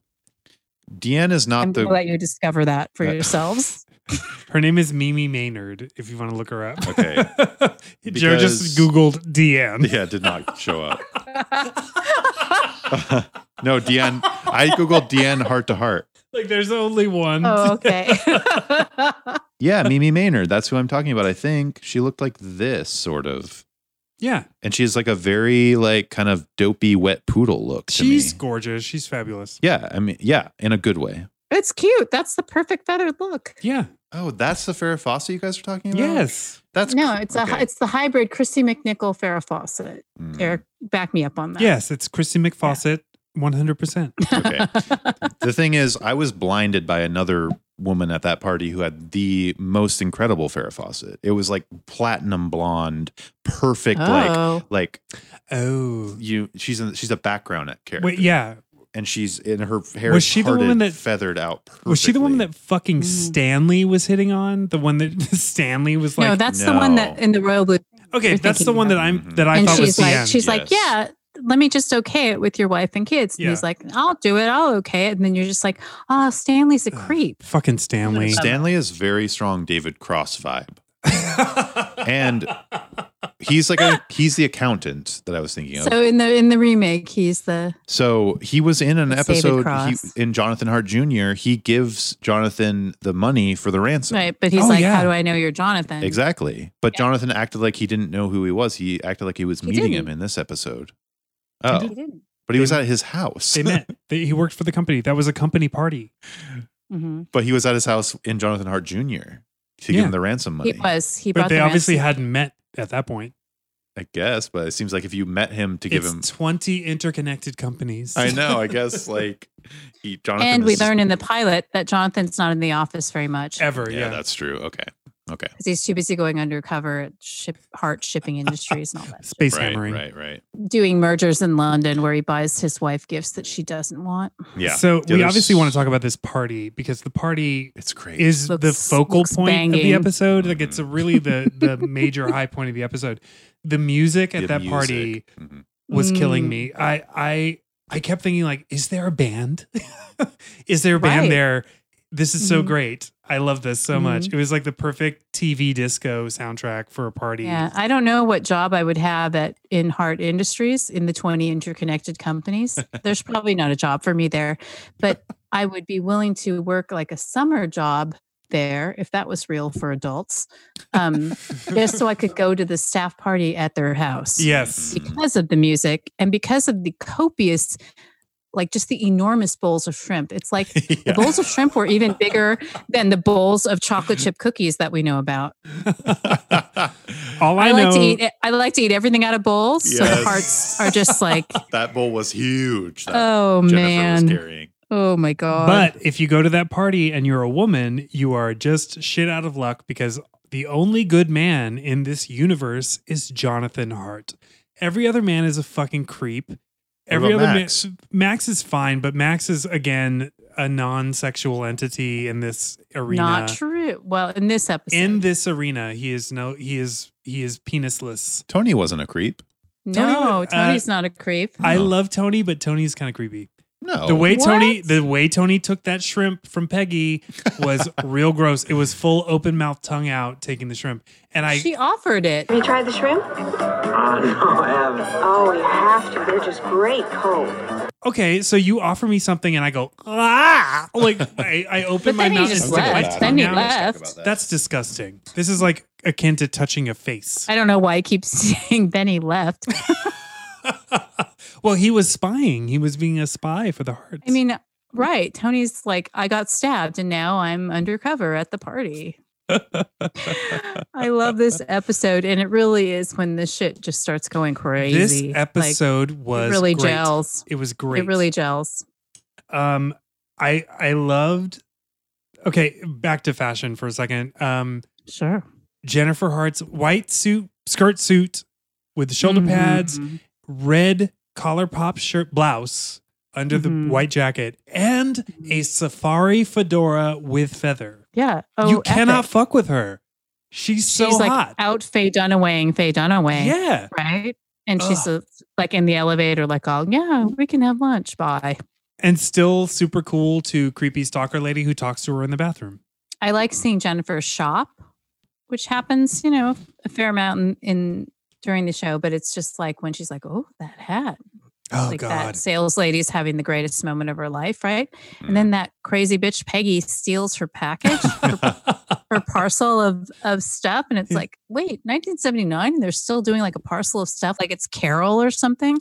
S3: Deanne is
S2: I'm
S3: not
S2: gonna
S3: the.
S2: let you discover that for
S3: Uh,
S2: yourselves.
S1: her name is Mimi Maynard. If you want to look her up,
S3: Okay.
S1: Joe
S3: Because-
S1: just googled Deanne.
S3: Yeah, did not show up. No, Deanne. I googled Deanne heart to heart.
S1: Like there's only one.
S2: Oh, okay.
S3: Yeah, Mimi Maynard. That's who I'm talking about. I think she looked like this sort of,
S1: Yeah.
S3: and she has like a very like kind of dopey wet poodle look. To
S1: She's
S3: me.
S1: gorgeous. She's fabulous.
S3: Yeah, I mean, yeah, in a good way.
S2: it's cute. That's the perfect feathered look.
S1: Yeah.
S3: Oh, that's the Farrah Fawcett you guys were talking about.
S1: Yes.
S3: that's
S2: no,
S3: cr-
S2: it's
S3: okay.
S2: a it's the hybrid Chrissy McNichol Farrah Fawcett.
S3: Mm,
S2: Eric, back me up on that.
S1: Yes. It's Christy McFawcett, 100%.
S3: okay. the thing is, I was blinded by another woman at that party who had the most incredible Farrah Fawcett. It was like platinum blonde, perfect, like
S2: Oh.
S3: like
S1: Oh.
S3: you. She's in, she's a background character.
S1: Wait, yeah.
S3: and she's in her hair.
S1: Was she the woman that-
S3: feathered out? Perfectly.
S1: Was she the woman that fucking
S2: Mm.
S1: Stanley was hitting on? The one that Stanley was
S2: no,
S1: like,
S2: that's the one that
S3: no.
S2: in the royal blue.
S1: okay,
S2: you're
S1: that's the
S2: thinking
S1: one
S2: of-
S1: that I'm
S3: Mhm.
S1: that I
S2: and
S1: thought was
S2: she's
S1: the
S2: like,
S1: end.
S2: she's like,
S3: Yes.
S2: yeah, let me just okay it with your wife and kids. And
S1: Yeah.
S2: he's like, I'll do it. I'll okay it. And then you're just like, oh, Stanley's a
S1: Ugh.
S2: creep.
S1: fucking Stanley.
S3: Stanley is very strong David Cross vibe, and he's like a he's the accountant that I was thinking of.
S2: So in the in the remake, he's the
S3: So he was in an
S2: David
S3: episode he,
S2: Cross.
S3: in Jonathan Hart Jr. He gives Jonathan the money for the ransom.
S2: right, but he's
S1: Oh,
S2: like,
S1: yeah.
S2: how do I know you're Jonathan?
S3: Exactly. But Jonathan acted like he didn't know who he was. He acted like he was
S2: He
S3: meeting him
S2: didn't.
S3: in this episode.
S2: He
S3: Oh,
S2: didn't.
S3: but he was at his house.
S1: they met. They, he worked for the company. That was a company party.
S2: Mhm.
S3: but he was at his house in Jonathan Hart Jr. to give
S1: Yeah.
S3: him the ransom money.
S2: He was. He brought
S1: But they
S2: the
S1: obviously
S2: ransom.
S1: hadn't met at that point.
S3: I guess, but it seems like if you met him to give
S1: it's
S3: him,
S1: 20 interconnected companies.
S3: I know. I guess like he, Jonathan.
S2: and we
S3: is-
S2: learn in the pilot that Jonathan's not in the office very much
S1: Ever,
S3: Yeah,
S1: yeah.
S3: that's true. Okay, okay.
S2: because he's too busy going undercover at ship, Hart Shipping Industries and all that,
S1: Space
S3: right,
S1: hammering.
S3: right, right.
S2: doing mergers in London where he buys his wife gifts that she doesn't want.
S3: Yeah.
S1: So
S3: Yeah,
S1: we
S3: there's-
S1: obviously want to talk about this party because the party
S3: It's crazy.
S1: is the
S2: Looks-
S1: focal
S2: looks
S1: point of the
S2: banging.
S1: episode. Like it's really the the major high point of the episode. The music at
S3: The
S1: that
S3: music.
S1: party
S3: Mhm.
S1: was killing
S2: Mm.
S1: me. I I I kept thinking like, is there a band? is there a band
S2: Right.
S1: there? This is so
S2: Mhm.
S1: great. I love this so much.
S2: Mm-hmm.
S1: It was like the perfect TV disco soundtrack for a party.
S2: Yeah, I don't know what job I would have at in Hart Industries in the 20 interconnected companies. There's probably not a job for me there, but I would be willing to work like a summer job there if that was real for adults, um, just so I could go to the staff party at their house.
S1: Yes.
S2: Because of the music and because of the copious, like just the enormous bowls of shrimp. It's like the
S3: Yeah.
S2: bowls of shrimp were even bigger than the bowls of chocolate chip cookies that we know about.
S1: All I,
S2: I,
S1: know.
S2: like to eat. I like to eat everything out of bowls. So
S3: Yes.
S2: the parts are just like,
S3: that bowl was huge. That
S2: oh
S3: Jennifer was
S2: man,
S3: carrying.
S2: oh my god.
S1: But if you go to that party and you're a woman, you are just shit out of luck because the only good man in this universe is Jonathan Hart. Every other man is a fucking creep. Every
S3: about
S1: other
S3: Max?
S1: man Max is fine, but Max is again a non-sexual entity in this arena.
S2: not true. Well, in this episode,
S1: in this arena, he is no he is he is penisless.
S3: Tony wasn't a creep.
S1: Tony would-
S2: no,
S1: uh,
S2: Tony's not a creep.
S1: I
S3: No.
S1: love Tony, but Tony's kind of creepy.
S3: No.
S1: The way Tony,
S2: Oh. What?
S1: the way Tony took that shrimp from Peggy was real gross. It was full open mouth, tongue out, taking the shrimp, and I.
S2: she offered it.
S4: Have you tried the shrimp?
S5: Uh, no, I haven't.
S4: Oh, you have to. They're just great cold.
S1: okay, so you offer me something, and I go ah, like I, I open
S2: But
S1: my
S2: then he
S1: mouth.
S2: just
S1: and stick my
S2: left.
S1: tongue
S2: Then he
S1: out.
S2: left.
S1: That's disgusting. This is like akin to touching a face.
S2: I don't know why I keep saying then he left.
S1: well, he was spying. He was being a spy for the hearts.
S2: I mean, right. Tony's like, I got stabbed and now I'm undercover at the party. I love this episode. And it really is when the shit just starts going
S1: this
S2: crazy. Like,
S1: episode was
S2: it really
S1: great.
S2: gels.
S1: It was great.
S2: It really gels.
S1: um i i loved okay back to fashion for a second um
S2: Sure.
S1: jennifer hart's white suit skirt suit with the shoulder pads
S2: Mhm.
S1: red collar pop shirt blouse under
S2: Mhm.
S1: the white jacket and a safari fedora with feather
S2: Yeah. Oh,
S1: you cannot
S2: epic.
S1: fuck with her she's so
S2: she's like
S1: hot
S2: out Faye Dunawaying, Faye Dunaway.
S1: yeah
S2: Right. And she's uh, like in the elevator, like, oh, yeah, we can have lunch. Bye.
S1: and still super cool to creepy stalker lady who talks to her in the bathroom
S2: I like seeing Jennifer shop, which happens, you know, a fair amount in, in during the show, but it's just like when she's like, oh, that hat.
S1: Oh
S2: like
S1: God.
S2: that sales lady's having the greatest moment of her life, right? And
S1: Mm.
S2: then that crazy bitch Peggy steals her package, her, her parcel of of stuff, and it's like, wait, 1979, they're still doing like a parcel of stuff, like it's Carol or something.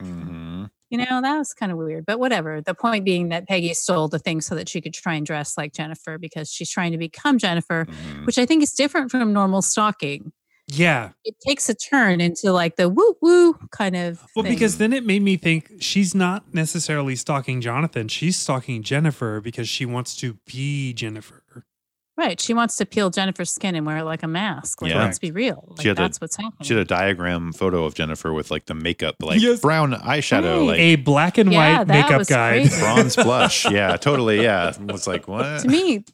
S3: hmm
S2: You know, that was kind of weird, but whatever. The point being that Peggy stole the thing so that she could try and dress like Jennifer because she's trying to become Jennifer,
S3: mm-hmm.
S1: Mm.
S2: which I think is different from normal stalking.
S1: yeah.
S2: It takes a turn into like the woo woo kind of.
S1: Well,
S2: thing.
S1: because then it made me think she's not necessarily stalking Jonathan. She's stalking Jennifer because she wants to be Jennifer.
S2: Right. She wants to peel Jennifer's skin and wear like a mask. Like,
S3: Yeah.
S2: let's be real. Like,
S3: She had a-
S2: that's what's happening.
S3: She had a diagram photo of Jennifer with like the makeup, like
S1: Yes.
S3: brown eyeshadow,
S2: Right.
S3: like
S1: A black and
S2: Yeah,
S1: white
S2: that
S1: makeup
S2: was
S1: guy.
S2: crazy.
S3: bronze blush. Yeah, totally. Yeah, It was like what?
S2: to me,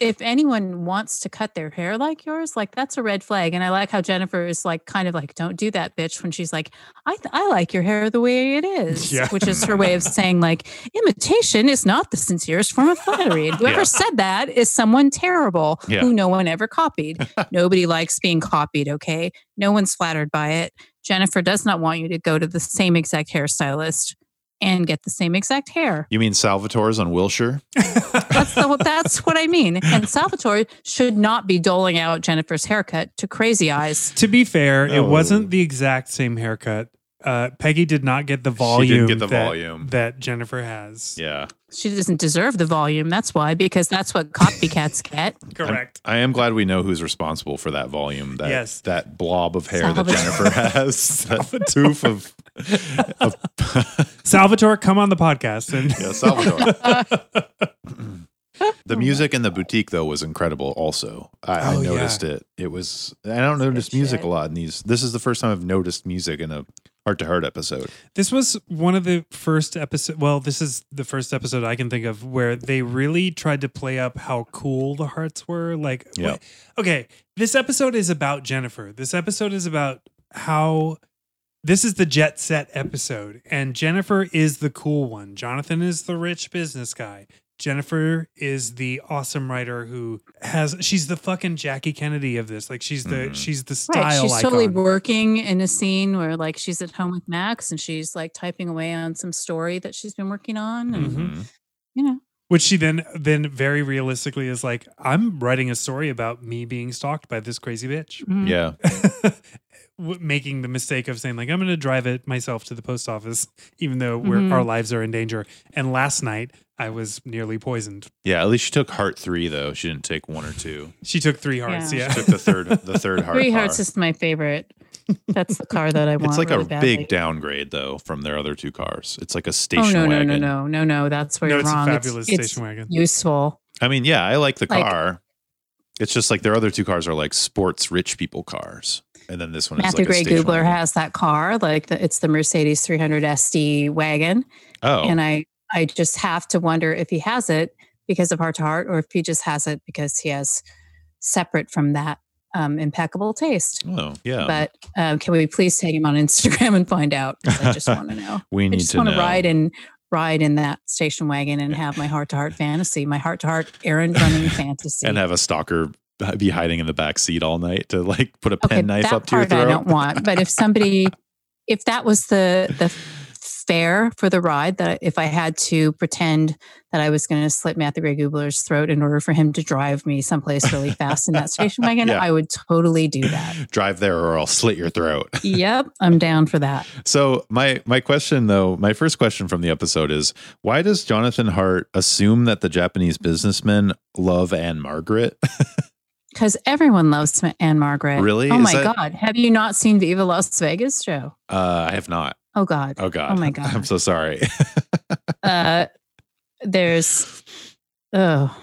S2: if anyone wants to cut their hair like yours, like that's a red flag. And I like how Jennifer is like, kind of like, don't do that, bitch, when she's like, I, th- I like your hair the way it is,
S1: Yeah.
S2: which is her way of saying, like, imitation is not the sincerest form of flattery. And whoever
S3: Yeah.
S2: said that is someone terrible
S3: Yeah.
S2: who no one ever copied. Nobody likes being copied, okay? No one's flattered by it. Jennifer does not want you to go to the same exact hairstylist and get the same exact hair.
S3: You mean Salvatore's on Wilshire?
S2: That's the, that's what I mean. And Salvatore should not be doling out Jennifer's haircut to crazy eyes.
S1: to be fair, it
S3: No.
S1: wasn't the exact same haircut. Uh, Peggy did not get the volume.
S3: didn't get the
S1: that,
S3: volume.
S1: that Jennifer has.
S3: Yeah,
S2: She doesn't deserve the volume. That's why, because that's what copycats get.
S1: Correct.
S3: I am glad we know who's responsible for that volume. That
S1: Yes.
S3: that blob of hair
S2: Salvatore.
S3: that Jennifer has, that tooth of, of
S1: Salvatore, come on the podcast and
S3: yeah, Salvatore. the music in the boutique though was incredible. Also, I,
S1: Oh,
S3: I
S1: yeah.
S3: noticed it. It was. I don't notice
S2: Good
S3: music
S2: shit.
S3: a lot in these. This is the first time I've noticed music in a heart to heart episode.
S1: This was one of the first episode. Well, this is the first episode I can think of where they really tried to play up how cool the hearts were. Like,
S3: Yeah.
S1: wh- okay, this episode is about Jennifer. This episode is about how this is the jet set episode, and Jennifer is the cool one. Jonathan is the rich business guy. Jennifer is the awesome writer who has she's the fucking Jackie Kennedy of this. Like she's the
S3: Mhm.
S1: she's the style
S2: Right. She's
S1: icon.
S2: totally working in a scene where like she's at home with Max and she's like typing away on some story that she's been working on. And
S1: Mhm.
S3: Mm-hmm.
S2: you know,
S1: which she then then very realistically is like i'm writing a story about me being stalked by this crazy bitch
S2: mm,
S3: Yeah,
S1: W- making the mistake of saying like i'm going to drive it myself to the post office even though we're,
S2: Mhm.
S1: our lives are in danger and last night i was nearly poisoned
S3: yeah. At least she took heart three though. She didn't take one or two.
S1: she took three hearts
S2: Yeah.
S1: yeah,
S3: She took the third. The third heart.
S2: Three
S3: bar.
S2: Hearts is my favorite. That's the car that I want.
S3: It's like
S2: really
S3: a
S2: badly.
S3: big downgrade though from their other two cars. It's like a station
S2: Oh no no
S3: wagon.
S2: no no no no! That's where
S1: no
S2: you're
S1: it's
S2: wrong.
S1: a fabulous
S2: it's,
S1: station wagon
S2: It's useful.
S3: I mean, yeah, I like the
S2: Like-
S3: car. It's just like their other two cars are like sports rich people cars, and then this one is
S2: Matthew
S3: like
S2: Gray
S3: a station
S2: Gubler
S3: wagon.
S2: has that car, like the, it's the Mercedes 300 SD wagon,
S3: Oh,
S2: and I I just have to wonder if he has it because of Heart to Heart, or if he just has it because he has separate from that um, impeccable taste.
S3: oh, yeah.
S2: But um, can we please take him on Instagram and find out? 'Cause I just want to know.
S3: we
S2: I
S3: need
S2: just
S3: to
S2: want
S3: know.
S2: to ride in ride in that station wagon and have my heart to heart fantasy, my heart to heart errand running fantasy.
S3: and have a stalker be hiding in the back seat all night to like put a
S2: okay,
S3: pen knife
S2: that
S3: up to your
S2: part I
S3: throat.
S2: don't want. But if somebody, if that was the the fare for the ride, that if I had to pretend that I was going to slit Matthew Gray Gubler's throat in order for him to drive me someplace really fast in that station wagon,
S3: Yeah.
S2: I would totally do that.
S3: Drive there, or I'll slit your throat.
S2: yep, I'm down for that.
S3: So my my question though, my first question from the episode is why does Jonathan Hart assume that the Japanese businessmen love Anne Margaret?
S2: Because everyone loves Ma- Anne Margaret.
S3: Really?
S2: Oh
S3: Is
S2: my
S3: that-
S2: God. Have you not seen Viva Las Vegas show?
S3: Uh, I have not.
S2: Oh God.
S3: Oh god.
S2: Oh my
S3: I'm
S2: God.
S3: so sorry.
S2: Uh, there's, oh.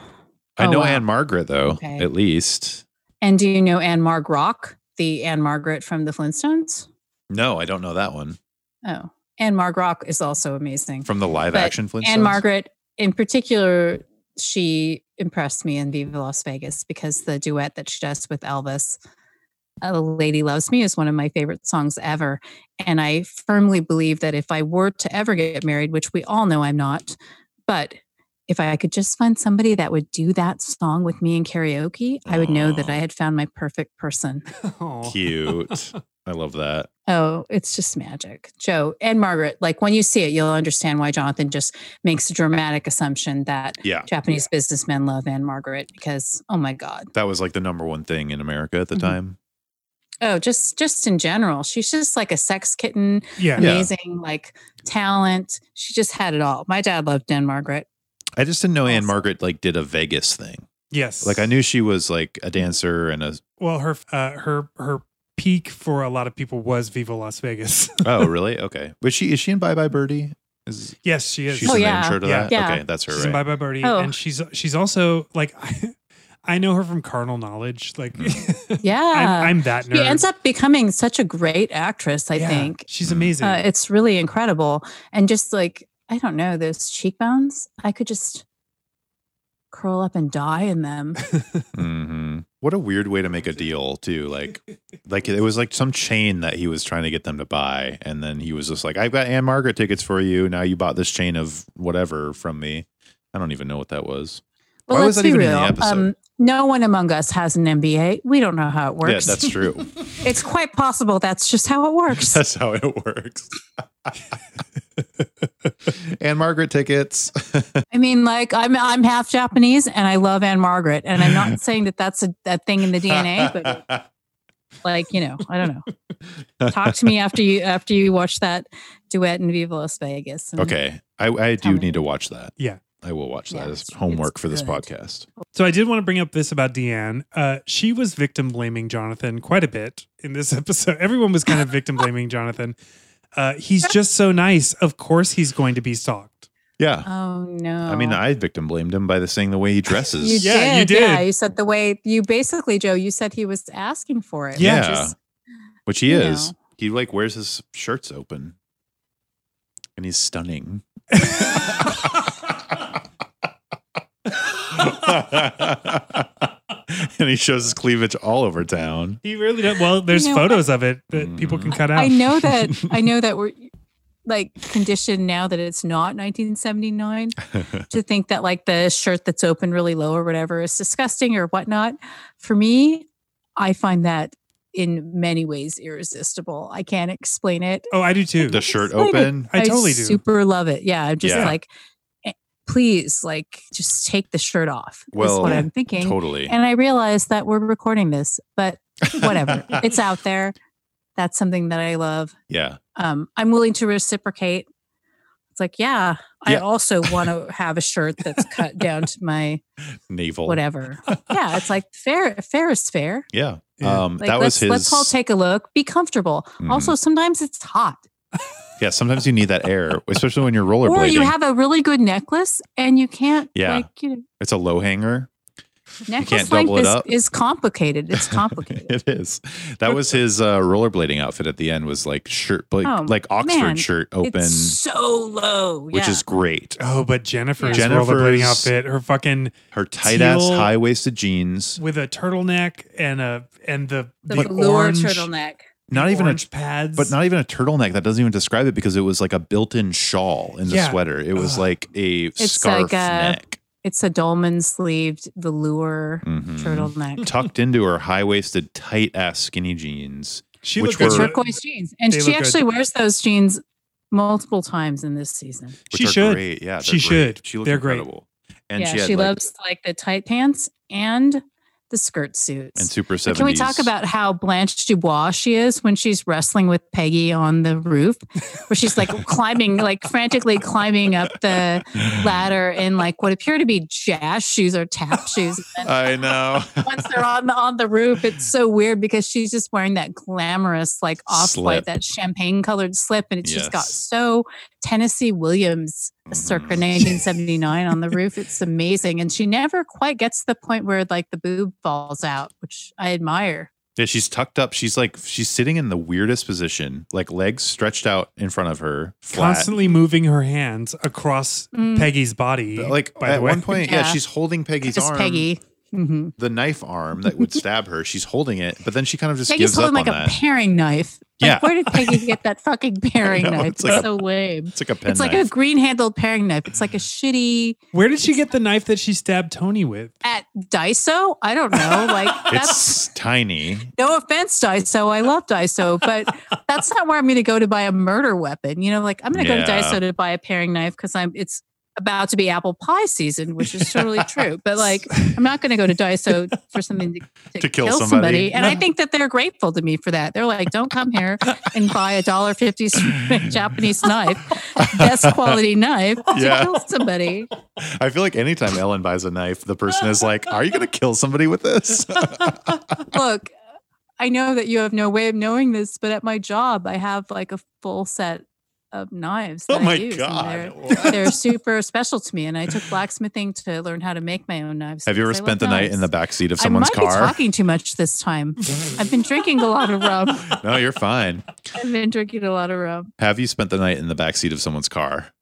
S3: I
S2: Oh,
S3: know
S2: wow.
S3: Anne Margaret though,
S2: Okay.
S3: at least.
S2: And do you know Anne Marg Rock, the Anne Margaret from the Flintstones?
S3: No, I don't know that one.
S2: Oh, Anne Marg Rock is also amazing.
S3: From the live
S2: But
S3: action Flintstones.
S2: Anne Margaret, in particular, she impressed me in Viva Las Vegas because the duet that she does with Elvis, "A Lady Loves Me," is one of my favorite songs ever. And I firmly believe that if I were to ever get married, which we all know I'm not, but if I could just find somebody that would do that song with me in karaoke, I would know that
S3: Aw. Oh.
S2: I had found my perfect person.
S1: Aw.
S3: Cute. I love that.
S2: Oh, it's just magic. Joe and Margaret, like when you see it, you'll understand why Jonathan just makes a dramatic assumption that
S3: Yeah.
S2: Japanese businessmen love Anne Margaret because oh my god.
S3: That was like the number one thing in America at the
S2: Mhm.
S3: time.
S2: Oh, just just in general. She's just like a sex kitten,
S1: Yeah.
S3: Yeah.
S2: amazing like talent. She just had it all. My dad loved Anne Margaret.
S3: I just didn't know Anne
S2: Awesome.
S3: Margaret like did a Vegas thing.
S1: Yes.
S3: Like I knew she was like a dancer and a
S1: Well, her uh, her her peak for a lot of people was Viva Las Vegas.
S3: Oh, really? Okay. But she is she in Bye Bye Birdie? Is
S1: yes, she is.
S3: she's
S2: Oh,
S3: in
S2: yeah.
S3: the intro to
S1: Yeah.
S3: that?
S2: Yeah.
S3: Okay, that's her
S1: She's in
S3: right.
S1: Bye Bye Birdie,
S2: Oh.
S1: and she's she's also like I, know her from Carnal Knowledge. Like,
S3: Mm.
S2: Yeah.
S1: I'm, I'm that nerd.
S2: she ends up becoming such a great actress, I
S1: Yeah,
S2: think.
S1: she's
S3: Mm.
S1: amazing.
S2: Uh, it's really incredible. And just like, I don't know, those cheekbones, I could just curl up and die in them.
S3: hmm What a weird way to make a deal too. Like like it was like some chain that he was trying to get them to buy. And then he was just like, I've got Anne Margaret tickets for you. Now you bought this chain of whatever from me. I don't even know what that was.
S2: Well,
S3: Why was that
S2: let's be
S3: even in
S2: real. Um,
S3: the episode?
S2: no one among us has an MBA. We don't know how it works.
S3: Yeah, that's true.
S2: it's quite possible that's just how it works.
S3: That's how it works. and Margaret tickets.
S2: I mean, like I'm I'm half Japanese and I love Anne Margaret, and I'm not saying that that's a, a thing in the DNA, but like you know, I don't know. Talk to me after you after you watch that duet in Viva Las Vegas. and-
S3: okay, I, I do
S2: mm. Tell me.
S3: need to watch that.
S1: Yeah.
S3: I will watch
S2: Yeah,
S3: that as
S2: it's-
S3: homework
S2: it's
S3: for this
S2: good.
S3: podcast.
S1: So I did want to bring up this about Deanne. Uh, she was victim blaming Jonathan quite a bit in this episode. Everyone was kind of victim blaming Jonathan. Uh, he's just so nice. Of course, he's going to be stalked.
S3: Yeah,
S2: Oh no.
S3: I mean, I victim blamed him by the saying the way he
S2: You
S3: dresses.
S1: Yeah. you
S2: Yeah,
S1: did.
S2: you said the way you basically, Joe. You said he was asking for it. which
S3: Yeah.
S2: is-
S3: which he
S2: You
S3: is.
S2: know.
S3: He like wears his shirts open, and he's stunning. and he shows his cleavage all over town.
S1: He really does. Well, there's
S2: You know,
S1: photos of it
S3: Mm.
S1: that people can cut out.
S2: I know that. I know that we're like conditioned now that it's not 1979 to think that like the shirt that's open really low or whatever is disgusting or whatnot. For me, I find that in many ways irresistible. I can't explain it.
S1: Oh, I do too.
S3: The shirt
S2: Explain it.
S3: open.
S1: I totally do.
S2: Super love it. Yeah, I'm just
S3: Yeah.
S2: like, eh, please, like, just take the shirt off. is
S3: Well,
S2: what I'm thinking.
S3: Totally.
S2: And I realize that we're recording this, but whatever, it's out there. That's something that I love.
S3: yeah.
S2: Um, I'm willing to reciprocate. It's like, yeah, I
S3: Yeah.
S2: also want to have a shirt that's cut down to my
S3: Navel.
S2: whatever. Yeah, it's like fair, fair is fair.
S3: Yeah.
S1: Yeah.
S3: Um,
S2: Like,
S3: that was
S2: let's,
S3: his.
S2: Let's all take a look. Be comfortable.
S3: Mhm.
S2: Also, sometimes it's hot,
S3: yeah. Sometimes you need that air, especially when you're rollerblading.
S2: or you have a really good necklace and you can't.
S3: Yeah.
S2: like, you know,
S3: it's a low hanger.
S2: necklace
S3: double
S2: length
S3: it
S2: is,
S3: up.
S2: is complicated. It's complicated.
S3: it is. That was his uh, rollerblading outfit at the end. Was like shirt, like,
S2: Oh,
S3: like Oxford
S2: man.
S3: shirt open,
S2: It's so low,
S3: which
S2: yeah.
S3: is great.
S1: Oh, but Jennifer's,
S3: Jennifer's-
S1: rollerblading outfit, her fucking
S3: Her tight ass
S1: Teal.
S3: high waisted jeans,
S1: with a turtleneck and a and the
S2: the,
S1: the
S2: velour
S1: orange,
S2: turtleneck.
S3: not even a,
S1: orange pads,
S3: but not even a turtleneck. That doesn't even describe it because it was like a built in shawl in the
S1: Yeah.
S3: sweater. It was
S1: Ugh.
S3: like a scarf
S2: like a-
S3: neck
S2: It's a dolman sleeved velour
S3: Mhm.
S2: turtleneck.
S3: tucked into her high waisted tight ass skinny jeans.
S1: She
S3: which
S1: looked
S2: The
S3: were-
S1: good.
S2: turquoise jeans, and
S1: They
S2: she
S1: look good.
S2: actually wears those jeans multiple times in this season.
S3: Which
S1: She
S3: are
S1: should.
S3: Great. Yeah,
S1: She
S3: they're great.
S1: should.
S3: She looked
S1: They're great.
S3: incredible. And
S2: yeah,
S3: she,
S2: she,
S3: had like,
S2: loves like the tight pants and the skirt suits.
S3: and super
S2: But
S3: seventies.
S2: can we talk about how Blanche Dubois she is when she's wrestling with Peggy on the roof, where she's like climbing, like frantically climbing up the ladder in like what appear to be jazz shoes or tap shoes. And then
S3: I know.
S2: once they're on the on the roof, it's so weird because she's just wearing that glamorous like off
S3: Slip.
S2: white, that champagne colored slip, and it's just got
S3: Yes.
S2: so Tennessee Williams circa
S3: Mhm.
S2: 1979 on the roof. It's amazing, and she never quite gets to the point where like the boob falls out, which I admire.
S3: Yeah, she's tucked up. She's like she's sitting in the weirdest position, like legs stretched out in front of her, flat.
S1: constantly moving her hands across
S2: Mm.
S1: Peggy's body.
S3: But, like
S1: by
S3: at
S1: the way,
S3: one point, yeah.
S2: Yeah.
S3: she's holding Peggy's
S2: Just
S3: arm,
S2: Peggy. Mhm.
S3: the knife arm that would stab her. She's holding it, but then she kind of just
S2: Peggy's
S3: gives up
S2: holding like
S3: on
S2: a
S3: that.
S2: paring knife.
S3: Yeah.
S2: Where did Peggy get that fucking paring
S3: I know,
S2: knife?
S3: it's
S2: It's,
S3: like a-
S2: so lame.
S3: It's like a pen
S2: It's like
S3: knife.
S2: a green handled paring knife. It's like a shitty
S1: Where did she get the knife that she stabbed Tony with?
S2: at Daiso. I don't know. Like that's
S3: it's tiny.
S2: no offense, Daiso. I love Daiso, but that's not where I'm going to go to buy a murder weapon. You know, like I'm going to go to
S3: Yeah.
S2: Daiso to buy a paring knife because I'm it's about to be apple pie season, which is totally true. But like, I'm not going to go to Daiso for something to, to,
S3: To kill
S2: kill,
S3: somebody.
S2: somebody. And I think that they're grateful to me for that. They're like, don't come here and buy a dollar fifty Japanese knife, best quality knife to
S3: Yeah.
S2: kill somebody.
S3: I feel like anytime Ellen buys a knife, the person is like, "Are you going to kill somebody with this?"
S2: look, I know that you have no way of knowing this, but at my job, I have like a full set of knives.
S3: oh
S2: that I
S3: my
S2: use, and
S3: god!
S2: They're, they're super special to me, and I took blacksmithing to learn how to make my own knives.
S3: Have you ever
S2: because I love
S3: spent the night in the
S2: knives.
S3: back seat of someone's
S2: I might be
S3: car?
S2: talking too much this time. I've been drinking a lot of rum.
S3: No, you're fine.
S2: I've been drinking a lot of rum.
S3: Have you spent the night in the back seat of someone's car?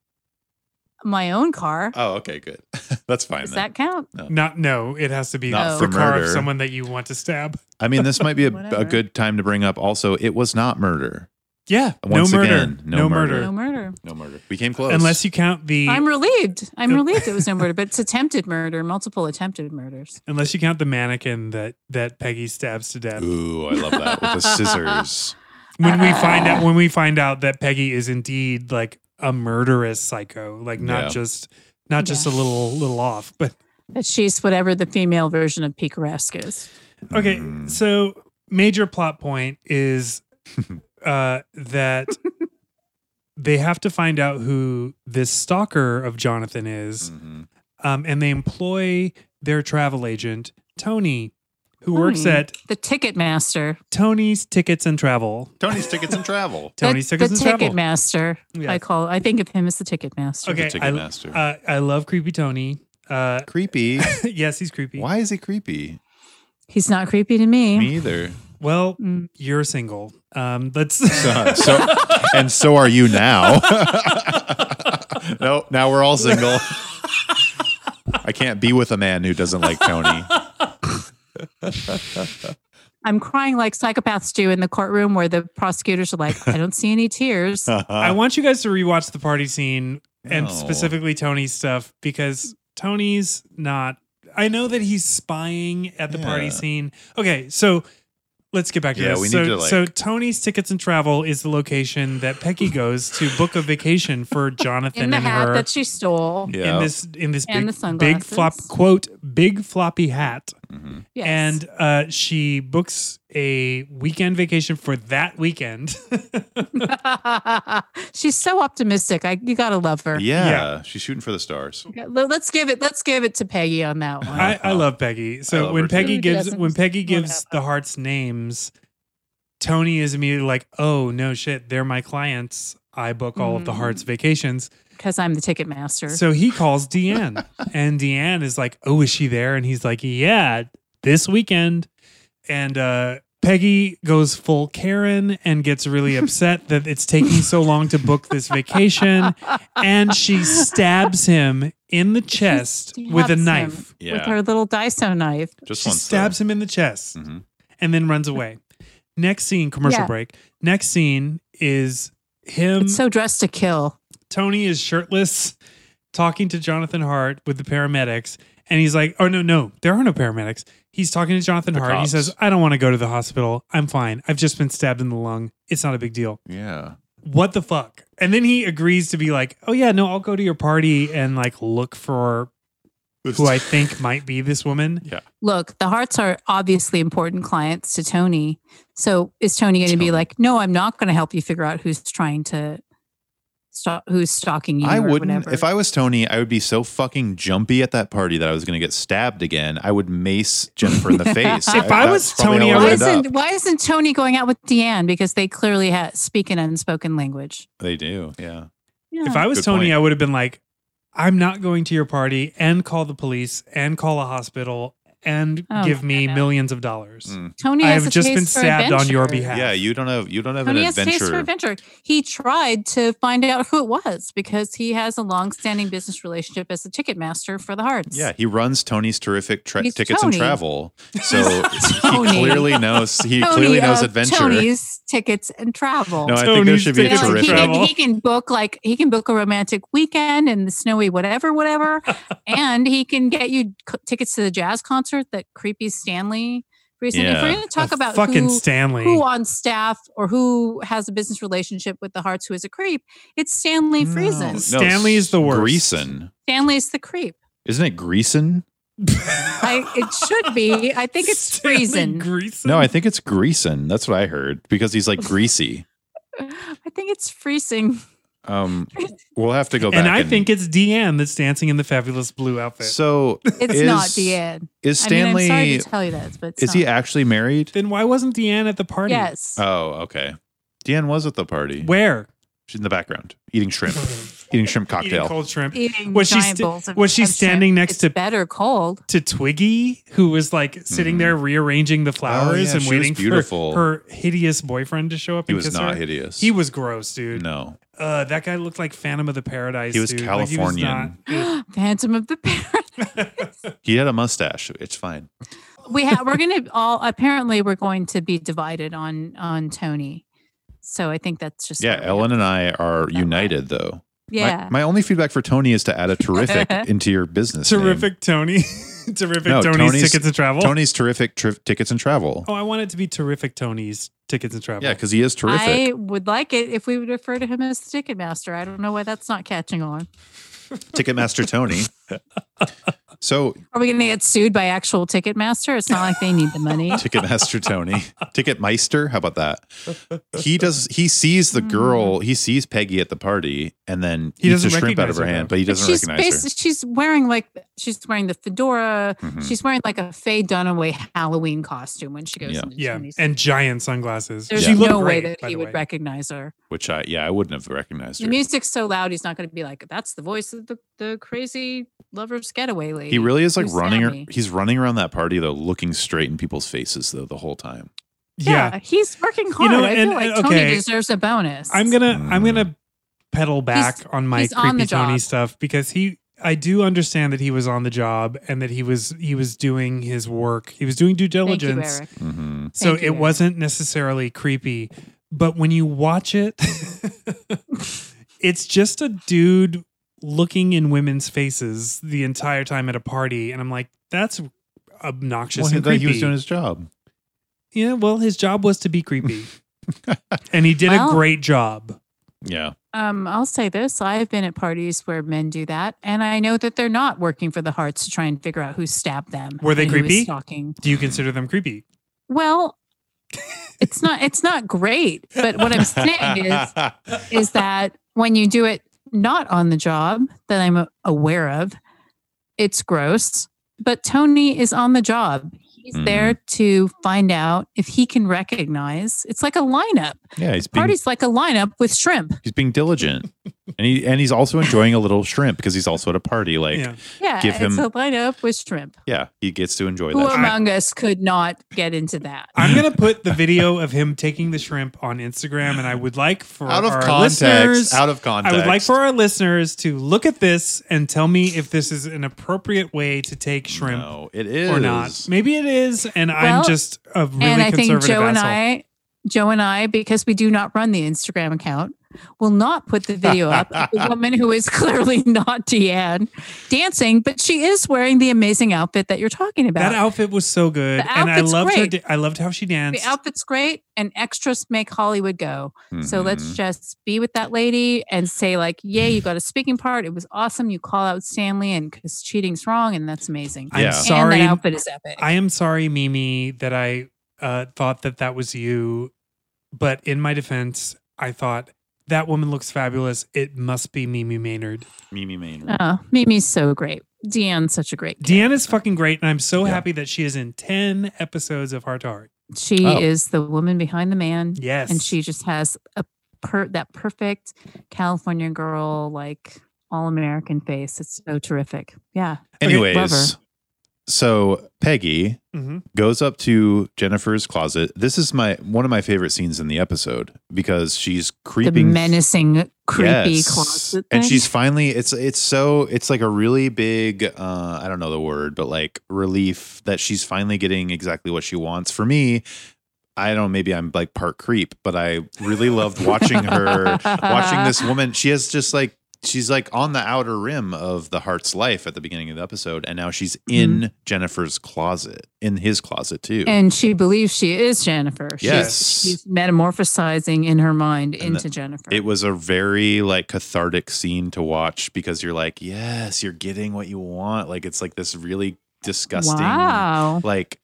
S2: My own car.
S3: Oh, okay, good. That's fine.
S2: Does
S3: then.
S2: that count?
S1: Not no, it has to be
S3: Not
S1: the
S3: for
S1: car
S3: murder.
S1: of someone that you want to stab.
S3: I mean, this might be a, a
S2: Whatever.
S3: good time to bring up. Also, it was not murder.
S1: Yeah,
S3: Once
S1: no murder,
S3: again, no murder.
S2: No murder.
S3: No murder. We came close.
S1: Unless you count the
S2: I'm relieved. I'm relieved it was no murder, but it's attempted murder, multiple attempted murders.
S1: unless you count the mannequin that that Peggy stabs to death.
S3: Ooh, I love that with the scissors.
S1: When we find out when we find out that Peggy is indeed like a murderous psycho, like not
S3: Yeah.
S1: just not just a
S2: Yeah.
S1: little little off, but
S2: That she's whatever the female version of Picaresque is.
S1: Okay,
S3: Mm.
S1: so major plot point is uh, that they have to find out who this stalker of Jonathan is,
S3: Mhm.
S1: um, and they employ their travel agent Tony, who works
S2: Tony.
S1: at
S2: Hmm. The ticket master.
S1: Tony's Tickets and Travel.
S3: Tony's tickets and travel.
S1: Tony's
S2: the,
S1: Tickets
S2: the
S1: and
S2: ticket
S1: Travel.
S2: master.
S1: Yeah.
S2: I call. I think of him as the ticket master.
S1: Okay,
S3: the ticket
S1: I-
S3: master.
S1: Uh, I love creepy Tony. Uh,
S3: creepy.
S1: yes, he's creepy.
S3: Why is he creepy?
S2: He's not creepy to me.
S3: Me either.
S1: Well,
S2: Mm.
S1: you're single. Um, let's.
S3: Uh, so and so are you now. no, now we're all single. I can't be with a man who doesn't like Tony.
S2: I'm crying like psychopaths do in the courtroom where the prosecutors are like, "I don't see any tears."
S1: I want you guys to rewatch the party scene and
S3: uh, No.
S1: specifically Tony's stuff because Tony's not. I know that he's spying at the
S3: Yeah.
S1: party scene. Okay, so let's get back to
S3: Yeah,
S1: this.
S3: we need
S1: so,
S3: to, like-
S1: so Tony's tickets and travel is the location that Peggy goes to book a vacation for Jonathan
S2: in the
S1: and
S2: hat
S1: her
S2: that she stole.
S3: yeah.
S1: in this in this
S2: And
S1: big,
S2: the
S1: big flop
S2: sunglasses.
S1: quote big floppy hat.
S3: Mhm.
S2: Yes.
S1: And uh, she books a weekend vacation for that weekend.
S2: she's so optimistic. I you gotta love her.
S3: yeah,
S1: Yeah.
S3: she's shooting for the stars.
S2: Yeah, let- Let's give it. Let's give it to Peggy on that one.
S1: I, I love Peggy.
S3: I
S1: So
S3: love her
S1: when
S3: too.
S1: Peggy
S2: Who
S1: gives
S2: doesn't
S1: when Peggy
S2: love
S1: gives
S2: her?
S1: the hearts names, Tony is immediately like, "Oh no, shit! They're my clients. I book all of the
S2: Mhm.
S1: hearts vacations."
S2: Because I'm the ticket master.
S1: So he calls Deanne, and Deanne is like, "Oh, is she there?" And he's like, "Yeah, this weekend." And uh, Peggy goes full Karen and gets really upset that it's taking so long to book this vacation, and she stabs him in the chest with a
S2: stabs him.
S1: knife.
S3: Yeah.
S2: With her little Daiso knife.
S3: Just
S1: She
S3: once, uh,
S1: stabs him in the chest
S3: Mhm.
S1: and then runs away. Next scene, commercial
S2: Yeah.
S1: break. Next scene is him.
S2: It's so dressed to kill.
S1: Tony is shirtless, talking to Jonathan Hart with the paramedics, and he's like, "Oh no, no, there are no paramedics." He's talking to Jonathan
S3: The
S1: Hart. He
S3: cops.
S1: says, "I don't want to go to the hospital. I'm fine. I've just been stabbed in the lung. It's not a big deal."
S3: Yeah.
S1: What the fuck? And then he agrees to be like, "Oh yeah, no, I'll go to your party and like look for who I think might be this woman."
S2: look, the hearts are obviously important clients to Tony. So is Tony going to be like, no, I'm not going to help you figure out who's trying to stalk, who's stalking you?
S3: I
S2: or
S3: wouldn't.
S2: Whatever.
S3: If I was Tony, I would be so fucking jumpy at that party that I was going to get stabbed again. I would mace Jennifer in the face.
S1: If I was
S3: that's probably
S1: Tony, I
S3: how
S2: why
S1: would-
S3: ended
S2: isn't
S3: up.
S2: why isn't Tony going out with Deanne because they clearly ha- speak an unspoken language?
S3: They do. Yeah.
S1: If I was
S3: Good
S1: Tony,
S3: point.
S1: I would have been like, I'm not going to your party and call the police and call a hospital and
S2: Oh,
S1: give me
S2: no.
S1: millions of dollars.
S3: Mm.
S2: Tony
S1: I
S2: has
S1: have
S2: a
S1: just
S2: taste
S1: been
S2: for
S1: stabbed on your
S2: adventure.
S1: behalf.
S3: Yeah, you don't have you don't have
S2: Tony
S3: an
S2: has a taste for
S3: adventure.
S2: adventure. He tried to find out who it was because he has a long-standing business relationship as a ticket master for the Hearts.
S3: Yeah, he runs Tony's terrific tra-
S2: He's
S3: tickets
S2: Tony.
S3: and travel, so
S2: Tony.
S3: he clearly knows. He
S2: Tony
S1: uh,
S3: clearly knows
S2: of
S3: adventure.
S2: Tony's tickets and travel.
S3: no, I think there
S1: Tony's
S3: should be a
S1: tickets
S2: You
S1: and
S2: know, like, he,
S3: terrific.
S1: travel.
S2: can, he can book like he can book a romantic weekend and the snowy whatever whatever, and he can get you c- tickets to the jazz concert that creepy Stanley recently. If we're
S3: Yeah.
S2: going to talk
S1: Oh,
S2: about
S1: fucking
S2: who,
S1: Stanley.
S2: who on staff or who has a business relationship with the Hearts who is a creep, it's Stanley Friesen.
S1: No. Stanley is the worst.
S3: Greason,
S2: Stanley's the creep.
S3: isn't it Greason?
S2: I, it should be. I think it's
S1: Stanley
S2: Friesen.
S1: Greason.
S3: No, I think it's Greason. That's what I heard because he's like greasy.
S2: I think it's Friesen.
S3: Um, we'll have to go back.
S1: and I think it's Deanne that's dancing in the fabulous blue outfit.
S3: so.
S2: It's
S3: is,
S2: not Deanne.
S3: Is Stanley?
S2: I mean, I'm sorry to tell you that, but it's
S3: is he
S2: not.
S3: actually married?
S1: then why wasn't Deanne at the party?
S2: Yes.
S3: Oh, okay. Deanne was at the party.
S1: Where?
S3: She's in the background eating shrimp, eating
S1: Eating
S3: shrimp cocktail.
S1: cold shrimp.
S2: eating
S1: Was she
S2: giant
S1: sta-
S2: bowls of
S1: was she
S2: of shrimp.
S1: standing next
S2: It's
S1: to-
S2: better cold
S1: To Twiggy, who was like sitting
S3: Mhm.
S1: there rearranging the flowers
S3: yeah,
S1: and
S3: she was
S1: waiting
S3: beautiful.
S1: for her hideous boyfriend to show up.
S3: He
S1: and
S3: was
S1: kiss
S3: not
S1: her.
S3: hideous.
S1: He was gross, dude.
S3: no.
S1: Uh, that guy looked like Phantom of the Paradise.
S3: He was
S1: dude. Like,
S3: Californian.
S1: not-
S2: phantom of the paradise
S3: He had a mustache. It's fine.
S2: we have we're gonna all apparently we're going to be divided on on tony so i think that's just
S3: Yeah,
S2: where we
S3: Ellen
S2: are.
S3: and I are united though. My-
S2: yeah
S3: My, only feedback for Tony is to add a terrific into your business. name.
S1: terrific Tony. terrific
S3: No,
S1: Tony's,
S3: Tony's-
S1: tickets and travel.
S3: Tony's terrific tri- tickets and travel.
S1: Oh, I want it to be terrific Tony's tickets and travel.
S3: yeah, because he is terrific.
S2: I would like it if we would refer to him as the Ticketmaster. I don't know why that's not catching on.
S3: Ticketmaster Tony. so
S2: Are we going to get sued by actual Ticketmaster? It's not like they need the money.
S3: Ticketmaster Tony, Ticketmeister. How about that? He does. He sees the girl. He sees Peggy at the party, and then
S1: He
S3: he eats
S1: doesn't
S3: a shrimp out
S1: recognize
S3: of her,
S1: her,
S3: hand,
S1: though.
S3: but he
S2: But
S3: doesn't
S2: she's
S3: recognize her.
S2: basi- she's wearing like she's wearing the fedora.
S3: Mhm.
S2: She's wearing like a Faye Dunaway Halloween costume when she goes
S3: Yeah.
S2: into
S1: Yeah,
S2: Tony's.
S1: and giant sunglasses.
S2: There's
S1: She looked
S2: no way
S1: great,
S2: that
S1: by
S2: he
S1: the
S2: would
S1: way.
S2: recognize her.
S3: Which I yeah, I wouldn't have recognized
S2: The
S3: her.
S2: music's so loud, he's not going to be like, "That's the voice of the, the crazy lovers getaway lady."
S3: He really is like
S2: who's
S3: running. Her,
S2: Sammy."
S3: he's running around that party though, looking straight in people's faces though the whole time.
S1: yeah,
S2: he's working
S1: You
S2: hard.
S1: know,
S2: I
S1: and-
S2: feel like
S1: and- okay.
S2: Tony deserves a bonus.
S1: I'm gonna I'm
S3: Mm.
S1: gonna pedal back on my
S2: he's
S1: creepy
S2: on the
S1: Tony
S2: job.
S1: stuff because he I do understand that he was on the job and that he was he was doing his work. He was doing due
S2: Thank you,
S1: diligence.
S2: Eric.
S3: hmm
S1: so
S2: Thank you,
S1: it
S2: Eric.
S1: wasn't necessarily creepy, but when you watch it it's just a dude looking in women's faces the entire time at a party and I'm like that's obnoxious
S3: Well, he,
S1: and
S3: thought
S1: creepy.
S3: he was doing his job.
S1: yeah, well his job was to be creepy. and he did
S2: Well-
S1: a great job.
S3: Yeah,
S2: Um, I'll say this: I've been at parties where men do that, and I know that they're not working for the hearts to try and figure out who stabbed them.
S1: Were they
S2: and who was
S1: creepy?
S2: Stalking.
S1: Do you consider them creepy?
S2: Well, it's not. It's not great. But what I'm saying is, is that when you do it not on the job that I'm aware of, it's gross. But Tony is on the job. He's
S3: Mhm.
S2: there to find out if he can recognize. It's like a lineup.
S3: yeah, he's being
S2: Party's like a lineup with shrimp.
S3: he's being diligent, and he and he's also enjoying a little shrimp because he's also at a party. Like yeah,
S1: yeah.
S2: Yeah,
S3: Give
S2: it's
S3: him-
S2: a lineup with shrimp.
S3: he gets to enjoy
S2: Who
S3: that. shrimp.
S2: among us could not get into that?
S1: I'm gonna put the video of him taking the shrimp on Instagram, and I would like for
S3: out of
S1: our
S3: context.
S1: listeners,
S3: Out of
S1: I
S3: context.
S1: would like for our listeners to look at this and tell me if this is an appropriate way to take shrimp
S3: No, it is
S1: or not. Maybe it is, and I'm
S2: Well,
S1: just a really
S2: and I think
S1: conservative
S2: Joe and
S1: asshole.
S2: I, Joe and I, because we do not run the Instagram account, will not put the video up of the woman who is clearly not Deanne dancing, but she is wearing the amazing outfit that you're talking about.
S1: that outfit was so good,
S2: The
S1: and I
S2: outfit's
S1: loved her.
S2: great.
S1: da- I loved how she
S2: the
S1: danced.
S2: outfit's great, and extras make Hollywood go.
S3: Hmm.
S2: So
S1: Mm-hmm.
S2: let's just be with that lady and say, like, "Yay, you got a speaking part. It was awesome. You call out Stanley, and because cheating's wrong, and that's amazing.
S1: I'm
S3: Yeah. And
S1: sorry.
S2: and that outfit is epic.
S1: I am sorry, Mimi, that I uh, thought that that was you, but in my defense, I thought that woman looks fabulous. It must be Mimi Maynard.
S3: Mimi Maynard.
S2: oh, Mimi's so great. Deanne's such a great. kid.
S1: Deanna's fucking great, and I'm so
S3: Yeah.
S1: happy that she is in 10 episodes of Heart to Heart.
S2: She
S3: Oh.
S2: is the woman behind the man.
S1: Yes.
S2: and she just has a per that perfect California girl, like all American face. It's so terrific. Yeah.
S3: Anyways,
S2: Lover.
S3: So Peggy
S1: Mhm.
S3: goes up to Jennifer's closet. This is my one of my favorite scenes in the episode because she's
S2: The
S3: creeping
S2: menacing, creepy
S3: Yes.
S2: closet.
S3: And
S2: thing.
S3: she's finally it's it's so it's like a really big uh I don't know the word, but like relief that she's finally getting exactly what she wants. For me, I don't maybe I'm like part creep, but I really loved watching her watching
S2: Uh-huh.
S3: this woman. She has just like she's like on the outer rim of the heart's life at the beginning of the episode, and now she's
S2: Mm-hmm.
S3: in Jennifer's closet, in his closet too.
S2: And she believes she is Jennifer. She's,
S3: Yes.
S2: she's metamorphosizing in her mind
S3: And
S2: into Jennifer.
S3: it was a very like cathartic scene to watch because you're like, yes, you're getting what you want. Like it's like this really disgusting,
S2: Wow.
S3: like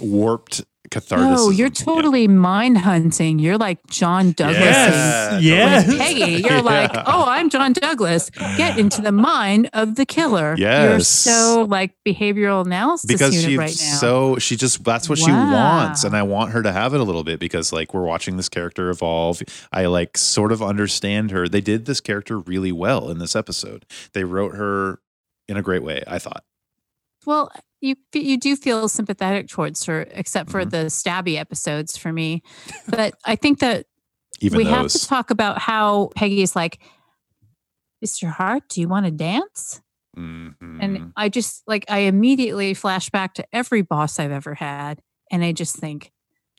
S3: warped catharsis.
S2: No, you're totally mind hunting. You're like John Douglas.
S1: Yes.
S3: Yeah,
S1: Yes.
S3: totally.
S2: Peggy, you're like,
S3: Yeah.
S2: oh, I'm John Douglas. Get into the mind of the killer. You're
S3: Yes.
S2: so like behavioral analysis
S3: because
S2: unit
S3: she's
S2: right now.
S3: so she just that's what she
S2: Wow.
S3: wants and i want her to have it a little bit because like we're watching this character evolve i like sort of understand her they did this character really well in this episode they wrote her in a great way i thought
S2: Well, you fe- you do feel sympathetic towards her, except for
S3: Mhm.
S2: the stabby episodes for me. But I think that
S3: even
S2: we have to
S3: those
S2: talk about how Peggy is like, Mr. Hart, do you want to dance?
S3: Mhm.
S2: And I just like I immediately flash back to every boss I've ever had, and I just think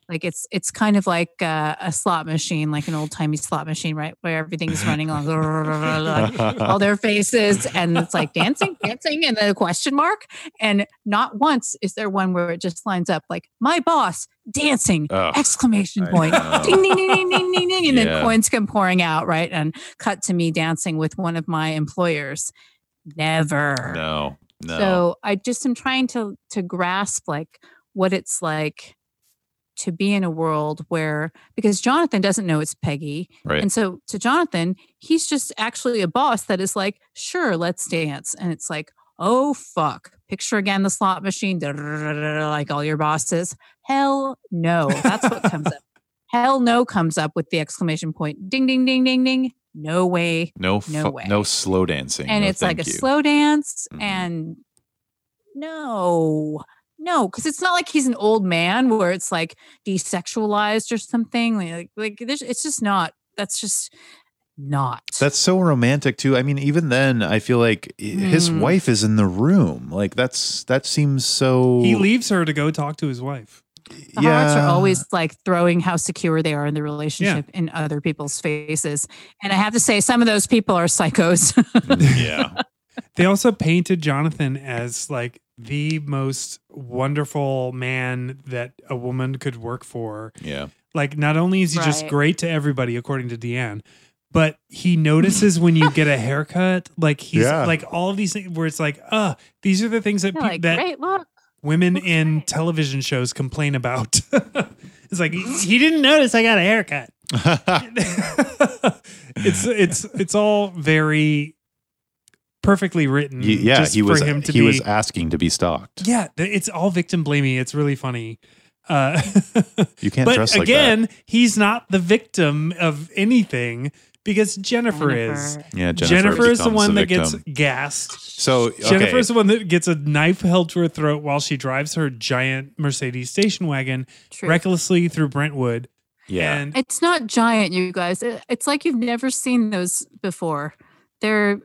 S2: like it's it's kind of like uh, a slot machine, like an old timey slot machine, right, where everything's running along all their faces, and it's like dancing, dancing, and then a question mark, and not once is there one where it just lines up like my boss dancing
S3: Ugh.
S2: exclamation
S3: Oh, I
S2: point.
S3: know.
S2: Ding, ding, ding, ding, ding, ding, ding, and
S3: Yeah.
S2: then coins come pouring out, right? And cut to me dancing with one of my employers. Never.
S3: no no
S2: So I just am trying to to grasp like what it's like to be in a world where because Jonathan doesn't know it's Peggy.
S3: Right.
S2: And so to Jonathan, he's just actually a boss that is like, sure, let's dance. And it's like, oh fuck. Picture again the slot machine, like all your bosses. Hell no. That's what comes up. Hell no comes up with the exclamation point. Ding ding ding ding ding. No way
S3: no
S2: no
S3: fu-
S2: way.
S3: no slow dancing
S2: and
S3: No,
S2: it's like a
S3: thank you.
S2: slow dance
S3: Mhm.
S2: and no no because it's not like he's an old man where it's like desexualized or something like like there's, it's just not that's just not
S3: That's so romantic too. I mean, even then, I feel like i- his
S2: Mm.
S3: wife is in the room. Like that's that seems so.
S1: He leaves her to go talk to his wife.
S2: the hearts are always like throwing how secure they are in the relationship in other people's faces and i have to say some of those people are psychos
S3: Mm, yeah.
S1: They also painted Jonathan as like the most wonderful man that a woman could work for.
S3: Yeah.
S1: Like, not only is he just
S2: Right.
S1: great to everybody, according to Deanne, but he notices when you get a haircut. Like, he's
S3: Yeah.
S1: like all of these things where it's like, uh, these are the things that
S2: They're
S1: peop
S2: like
S1: that
S2: great look
S1: women
S2: Looks
S1: in
S2: great.
S1: television shows complain about. it's like he didn't notice I got a haircut. it's it's it's all very perfectly written.
S3: He- yeah.
S1: just
S3: He was.
S1: for him to
S3: he
S1: be,
S3: was asking to be stalked.
S1: Yeah, th- it's all victim blaming. It's really funny. Uh,
S3: You can't dress
S1: but
S3: like
S1: again, he's not the victim of anything because Jennifer, is.
S2: Jennifer.
S3: that. Yeah.
S1: Jennifer,
S3: Jennifer,
S1: is the
S3: becomes
S1: one that gets
S3: victim.
S1: gassed.
S3: So okay.
S1: Jennifer is the one that gets a knife held to her throat while she drives her giant Mercedes station wagon
S2: True.
S1: recklessly through Brentwood.
S3: yeah.
S1: And
S2: It's not giant, you guys. It- It's like you've never seen those before. They're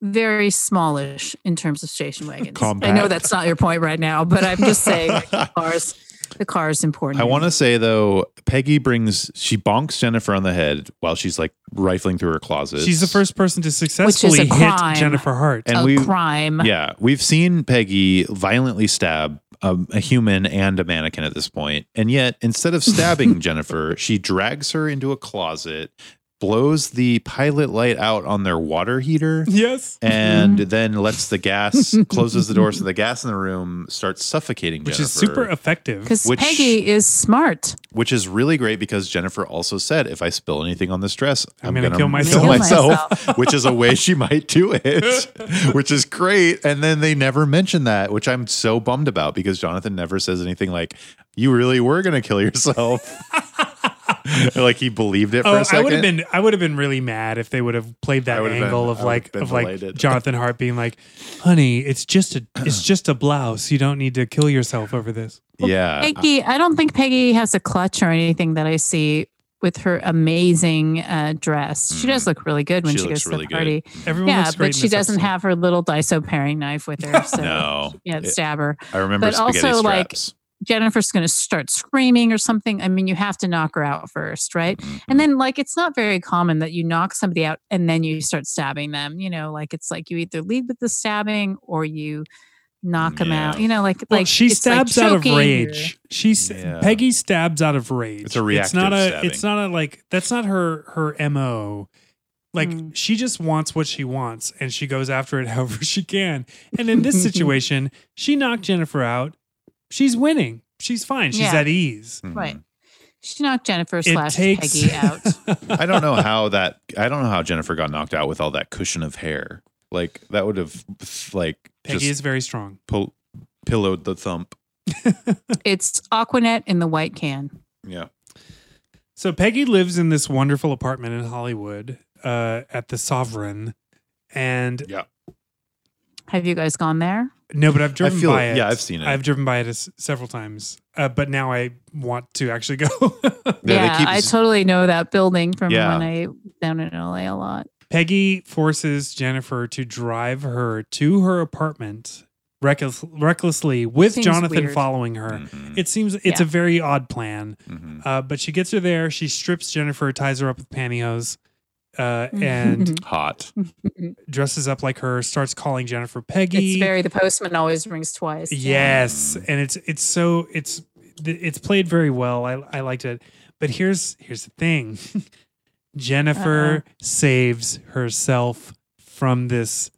S2: very smallish in terms of station wagons. I know
S3: Compact.
S2: that's not your point right now, but I'm just saying like, the cars. The car is
S1: Mm-hmm.
S2: important.
S3: I want to say though, Peggy brings she bonks Jennifer on the head while she's like rifling through her closet.
S1: she's the first person to successfully hit
S2: crime.
S1: Jennifer Hart.
S3: And
S2: a
S3: we
S2: Uh, crime.
S3: Yeah, we've seen Peggy violently stab um, a human and a mannequin at this point, and yet instead of stabbing Jennifer, she drags her into a closet, blows the pilot light out on their water heater,
S1: yes.
S3: and then lets the gas closes the door so the gas in the room starts suffocating
S1: Which
S3: Jennifer,
S1: is super effective.
S2: Because
S3: Which-
S2: Peggy is smart.
S3: which is really great because Jennifer also said, "If I spill anything on this dress, I'm,
S1: gonna
S3: gonna,
S1: kill myself."
S2: Kill
S3: which is a way she might do it, which is great. And then they never mention that, which I'm so bummed about because Jonathan never says anything like, "You really were gonna kill yourself." like he believed it for
S1: Oh,
S3: a second.
S1: I would have been I would have been really mad if they would have played
S3: I
S1: that
S3: would've
S1: angle of
S3: been- I
S1: like
S3: would've been
S1: of like
S3: delighted.
S1: Jonathan Hart being like, "Honey, it's just a it's just a blouse. You don't need to kill yourself over this."
S3: yeah.
S2: Peggy, I don't think Peggy has a clutch or anything that I see with her amazing uh, dress. She does look really good when
S3: Mm. She
S2: she,
S3: looks
S2: goes
S3: really
S2: to
S3: good.
S2: the party.
S1: Everyone
S2: Yeah,
S1: looks great
S2: but
S1: in
S2: she
S1: this
S2: doesn't
S1: episode.
S2: have her little Daiso paring knife with her. So
S3: No.
S2: she can't
S3: It-
S2: stab her.
S3: I remember
S2: but
S3: spaghetti
S2: also, like,
S3: straps.
S2: Jennifer's going to start screaming or something. I mean, you have to knock her out first, right?
S3: Mm-hmm,
S2: And then, like, it's not very common that you knock somebody out and then you start stabbing them. You know, like it's like you either lead with the stabbing or you knock them out.
S3: Yeah.
S2: You know, like
S1: Well,
S2: like
S1: she
S2: it's like
S1: stabs out of
S2: choking or-
S1: rage. She s-
S3: Yeah.
S1: Peggy stabs out of rage.
S3: It's a
S1: It's not a.
S3: reactive
S1: It's not a like. That's not her. Her mo. Like
S2: Mm.
S1: she just wants what she wants, and she goes after it however she can. And in this situation, she knocked Jennifer out. She's winning. She's fine. She's
S2: Yeah.
S1: at ease.
S3: Hmm.
S2: Right. She knocked Jennifer
S1: It
S2: slash
S1: takes-
S2: Peggy out.
S3: I don't know how that. I don't know how Jennifer got knocked out with all that cushion of hair. Like that would have like
S1: Peggy is
S3: just
S1: very strong.
S3: po- pillowed the thump.
S2: It's Aquanet in the white can.
S3: Yeah.
S1: So Peggy lives in this wonderful apartment in Hollywood uh, at the Sovereign, and
S3: Yeah.
S2: Have you guys gone there?
S1: No, but I've driven
S3: feel
S1: by
S3: it.
S1: it.
S3: Yeah, I've seen it.
S1: I've driven by it s- several times, uh, but now I want to actually go.
S3: Yeah,
S2: Yeah,
S3: they keep-
S2: I totally know that building from
S3: Yeah.
S2: when I down in LA a lot.
S1: Peggy forces Jennifer to drive her to her apartment reckless, recklessly with
S2: Seems
S1: Jonathan
S2: weird.
S1: following her.
S3: Mhm.
S1: It seems it's
S2: Yeah.
S1: a very odd plan,
S3: Mhm.
S1: uh, but she gets her there. She strips Jennifer, ties her up with pantyhose, uh,
S2: Mm.
S1: and
S3: Hot.
S1: dresses up like her. Starts calling Jennifer Peggy.
S2: it's very the postman always rings twice.
S1: Yes, and it's it's so it's it's played very well. I I liked it. But here's here's the thing. Jennifer saves herself from this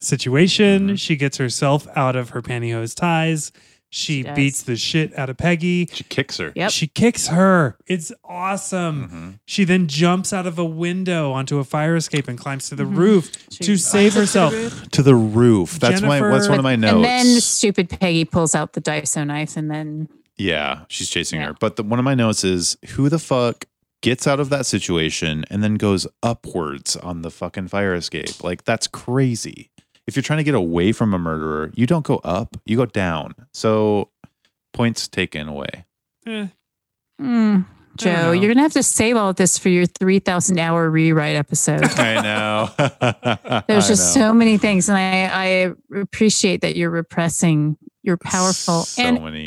S1: situation.
S2: Mm-hmm.
S3: Mhm.
S1: She gets herself out of her pantyhose ties. She,
S2: She does.
S1: beats the shit out of Peggy.
S3: She kicks her.
S2: Yep.
S1: She kicks her. It's awesome.
S3: Mhm.
S1: She then jumps out of a window onto a fire escape and climbs to the
S2: Mhm.
S1: roof
S2: She
S1: to
S2: climbs
S1: save
S2: to the
S1: herself.
S2: roof.
S3: To the roof. That's my. That's one of my notes.
S2: And then stupid Peggy pulls out the Daiso knife and then
S3: Yeah, she's chasing
S2: Yeah.
S3: her. But the, one of my notes is who the fuck gets out of that situation and then goes upwards on the fucking fire escape? Like that's crazy. If you're trying to get away from a murderer, you don't go up, you go down. So points taken away.
S1: Eh,
S2: Mm,
S1: know.
S2: Joe, you're gonna have to save all of this for your three thousand hour rewrite episode.
S3: I know.
S2: There's
S3: I
S2: just
S3: know.
S2: so many things, and I, I appreciate that you're repressing your powerful
S3: So
S2: and
S3: many.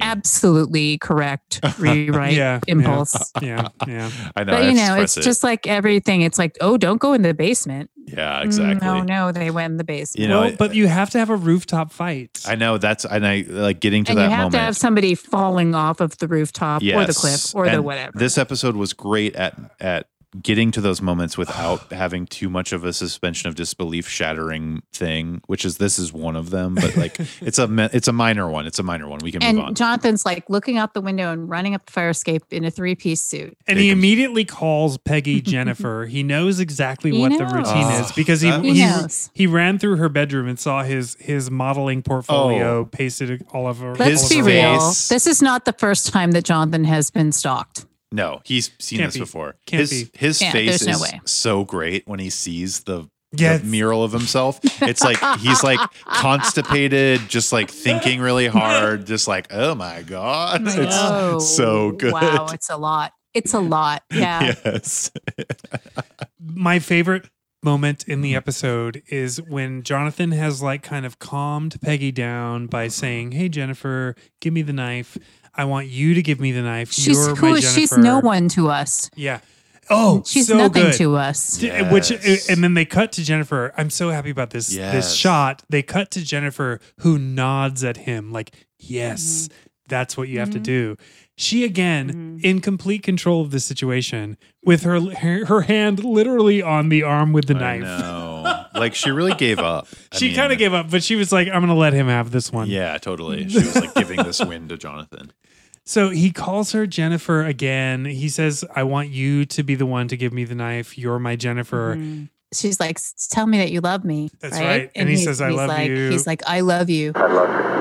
S2: absolutely correct rewrite
S1: Yeah, yeah.
S2: impulse.
S1: yeah, yeah.
S3: I know.
S2: But
S3: I
S2: you know, it's
S3: express it.
S2: just like everything. It's like, oh, don't go in the basement.
S3: yeah,
S2: Mm,
S3: exactly.
S2: Oh no, they went in the basement.
S3: You know,
S1: well, but you have to have a rooftop fight.
S3: I know that's and I like getting to
S2: and you
S3: that
S2: have
S3: moment.
S2: to have somebody falling off of the rooftop or the
S3: Yes.
S2: cliff or the
S3: And
S2: whatever.
S3: This episode was great at at getting to those moments without having too much of a suspension of disbelief shattering thing, which is this is one of them, but like it's a mi- it's a minor one. It's a minor one. We can move on.
S2: and Jonathan's like looking out the window and running up the fire escape in a three piece suit.
S1: and he
S3: Jacobs.
S1: immediately calls Peggy Jennifer. he knows exactly
S2: He
S1: what the
S2: knows.
S1: routine is
S3: Oh,
S1: because he
S3: that
S2: He
S1: he,
S2: knows.
S1: he ran through her bedroom and saw his his modeling
S3: Oh.
S1: portfolio pasted all over.
S2: Let's
S1: all
S2: be
S1: over her wall.
S2: real.
S3: face-
S2: This is not the first time that Jonathan has been stalked.
S3: no, he's seen
S1: Can't
S3: this
S1: be.
S3: before.
S1: Can't
S3: his
S1: be.
S3: his
S2: Yeah,
S3: face
S2: there's no
S3: is
S2: way.
S3: so great when he sees the
S1: Yes.
S3: the mural of himself. It's like he's like constipated, just like thinking really hard, just like, oh my God.
S1: My
S3: It's
S2: oh,
S3: so good.
S2: Wow, it's a lot. It's a lot. Yeah.
S3: yes.
S1: My favorite moment in
S3: Mm-hmm.
S1: the episode is when Jonathan has like kind of calmed Peggy down
S3: Mm-hmm.
S1: by saying, "Hey Jennifer, give me the knife. I want you to give me the knife.
S2: She's
S1: You're
S2: who
S1: my
S2: is she's
S1: Jennifer."
S2: no one to us.
S1: Yeah. Oh,
S2: She's
S1: so
S2: nothing
S1: good.
S2: to us.
S1: D- Which
S3: Yes.
S1: and then they cut to Jennifer. I'm so happy about this this
S3: Yes.
S1: shot. They cut to Jennifer who nods at him like, "Yes,
S2: Mm-hmm.
S1: that's what you have to
S2: Mhm.
S1: do." She again
S2: Mm-hmm.
S1: in complete control of the situation with her her, her hand literally on the arm with the
S3: I
S1: knife.
S3: know. like she really gave up. I
S1: She
S3: mean,
S1: kind of gave up, but she was like, "I'm going to let him have this one."
S3: Yeah, totally. She was like giving this win to Jonathan.
S1: So he calls her Jennifer again. He says, "I want you to be the one to give me the knife. You're my Jennifer."
S2: Mm-hmm.
S3: Mm.
S2: She's like, "S- tell me that you love me.
S1: That's right. And he
S2: he's-
S1: says, "I
S2: he's
S1: love
S2: like,
S1: you."
S2: He's like, I love you.
S5: I love her.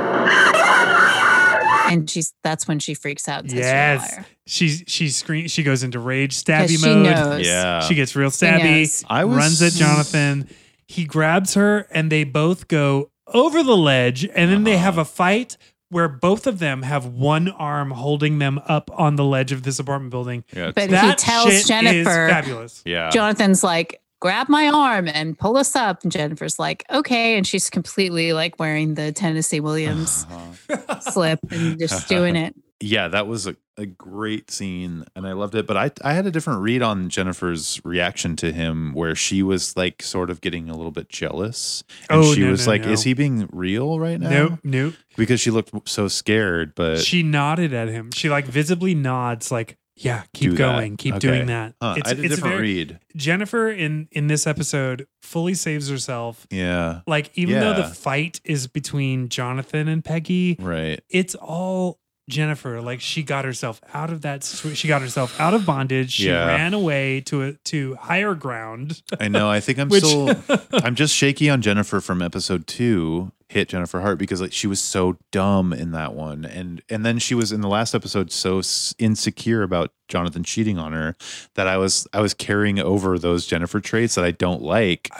S2: and she's that's when she freaks out. And says
S1: Yes.
S2: You're a liar.
S1: She she screams. She goes into rage,
S2: 'Cause
S1: stabby
S2: she
S1: mode.
S2: knows.
S3: Yeah.
S1: She gets real
S2: She
S1: stabby.
S2: knows.
S3: I was
S1: runs at Jonathan. He grabs her, and they both go over the ledge, and then they
S3: Uh-huh.
S1: have a fight where both of them have one arm holding them up on the ledge of this apartment building.
S3: Yeah.
S2: But he
S1: That
S2: tells
S1: shit is
S2: Jennifer,
S1: fabulous.
S3: yeah.
S2: Jonathan's like, grab my arm and pull us up. And Jennifer's like, okay. And she's completely like wearing the Tennessee Williams
S3: Uh-huh.
S2: slip and just doing it.
S3: yeah, that was a, a great scene and I loved it. But I, I had a different read on Jennifer's reaction to him where she was like sort of getting a little bit jealous. And
S1: Oh,
S3: she
S1: no,
S3: was
S1: no,
S3: like,
S1: no.
S3: Is he being real right now?
S1: Nope, nope.
S3: Because she looked so scared, but
S1: She nodded at him. She like visibly nods, like, yeah,
S3: Do
S1: keep
S3: that.
S1: going, keep
S3: Okay.
S1: doing that.
S3: huh, I had a different
S1: very-
S3: read.
S1: Jennifer in in this episode fully saves herself.
S3: Yeah.
S1: Like even though
S3: Yeah.
S1: the fight is between Jonathan and Peggy,
S3: Right.
S1: it's all Jennifer. Like she got herself out of that. situ- She got herself out of bondage. She
S3: Yeah.
S1: ran away to a, to higher ground.
S3: I know. I think I'm
S1: Which
S3: still I'm just shaky on Jennifer from episode two, hit Jennifer Hart because like she was so dumb in that one, and and then she was in the last episode so s- insecure about Jonathan cheating on her that I was I was carrying over those Jennifer traits that I don't like,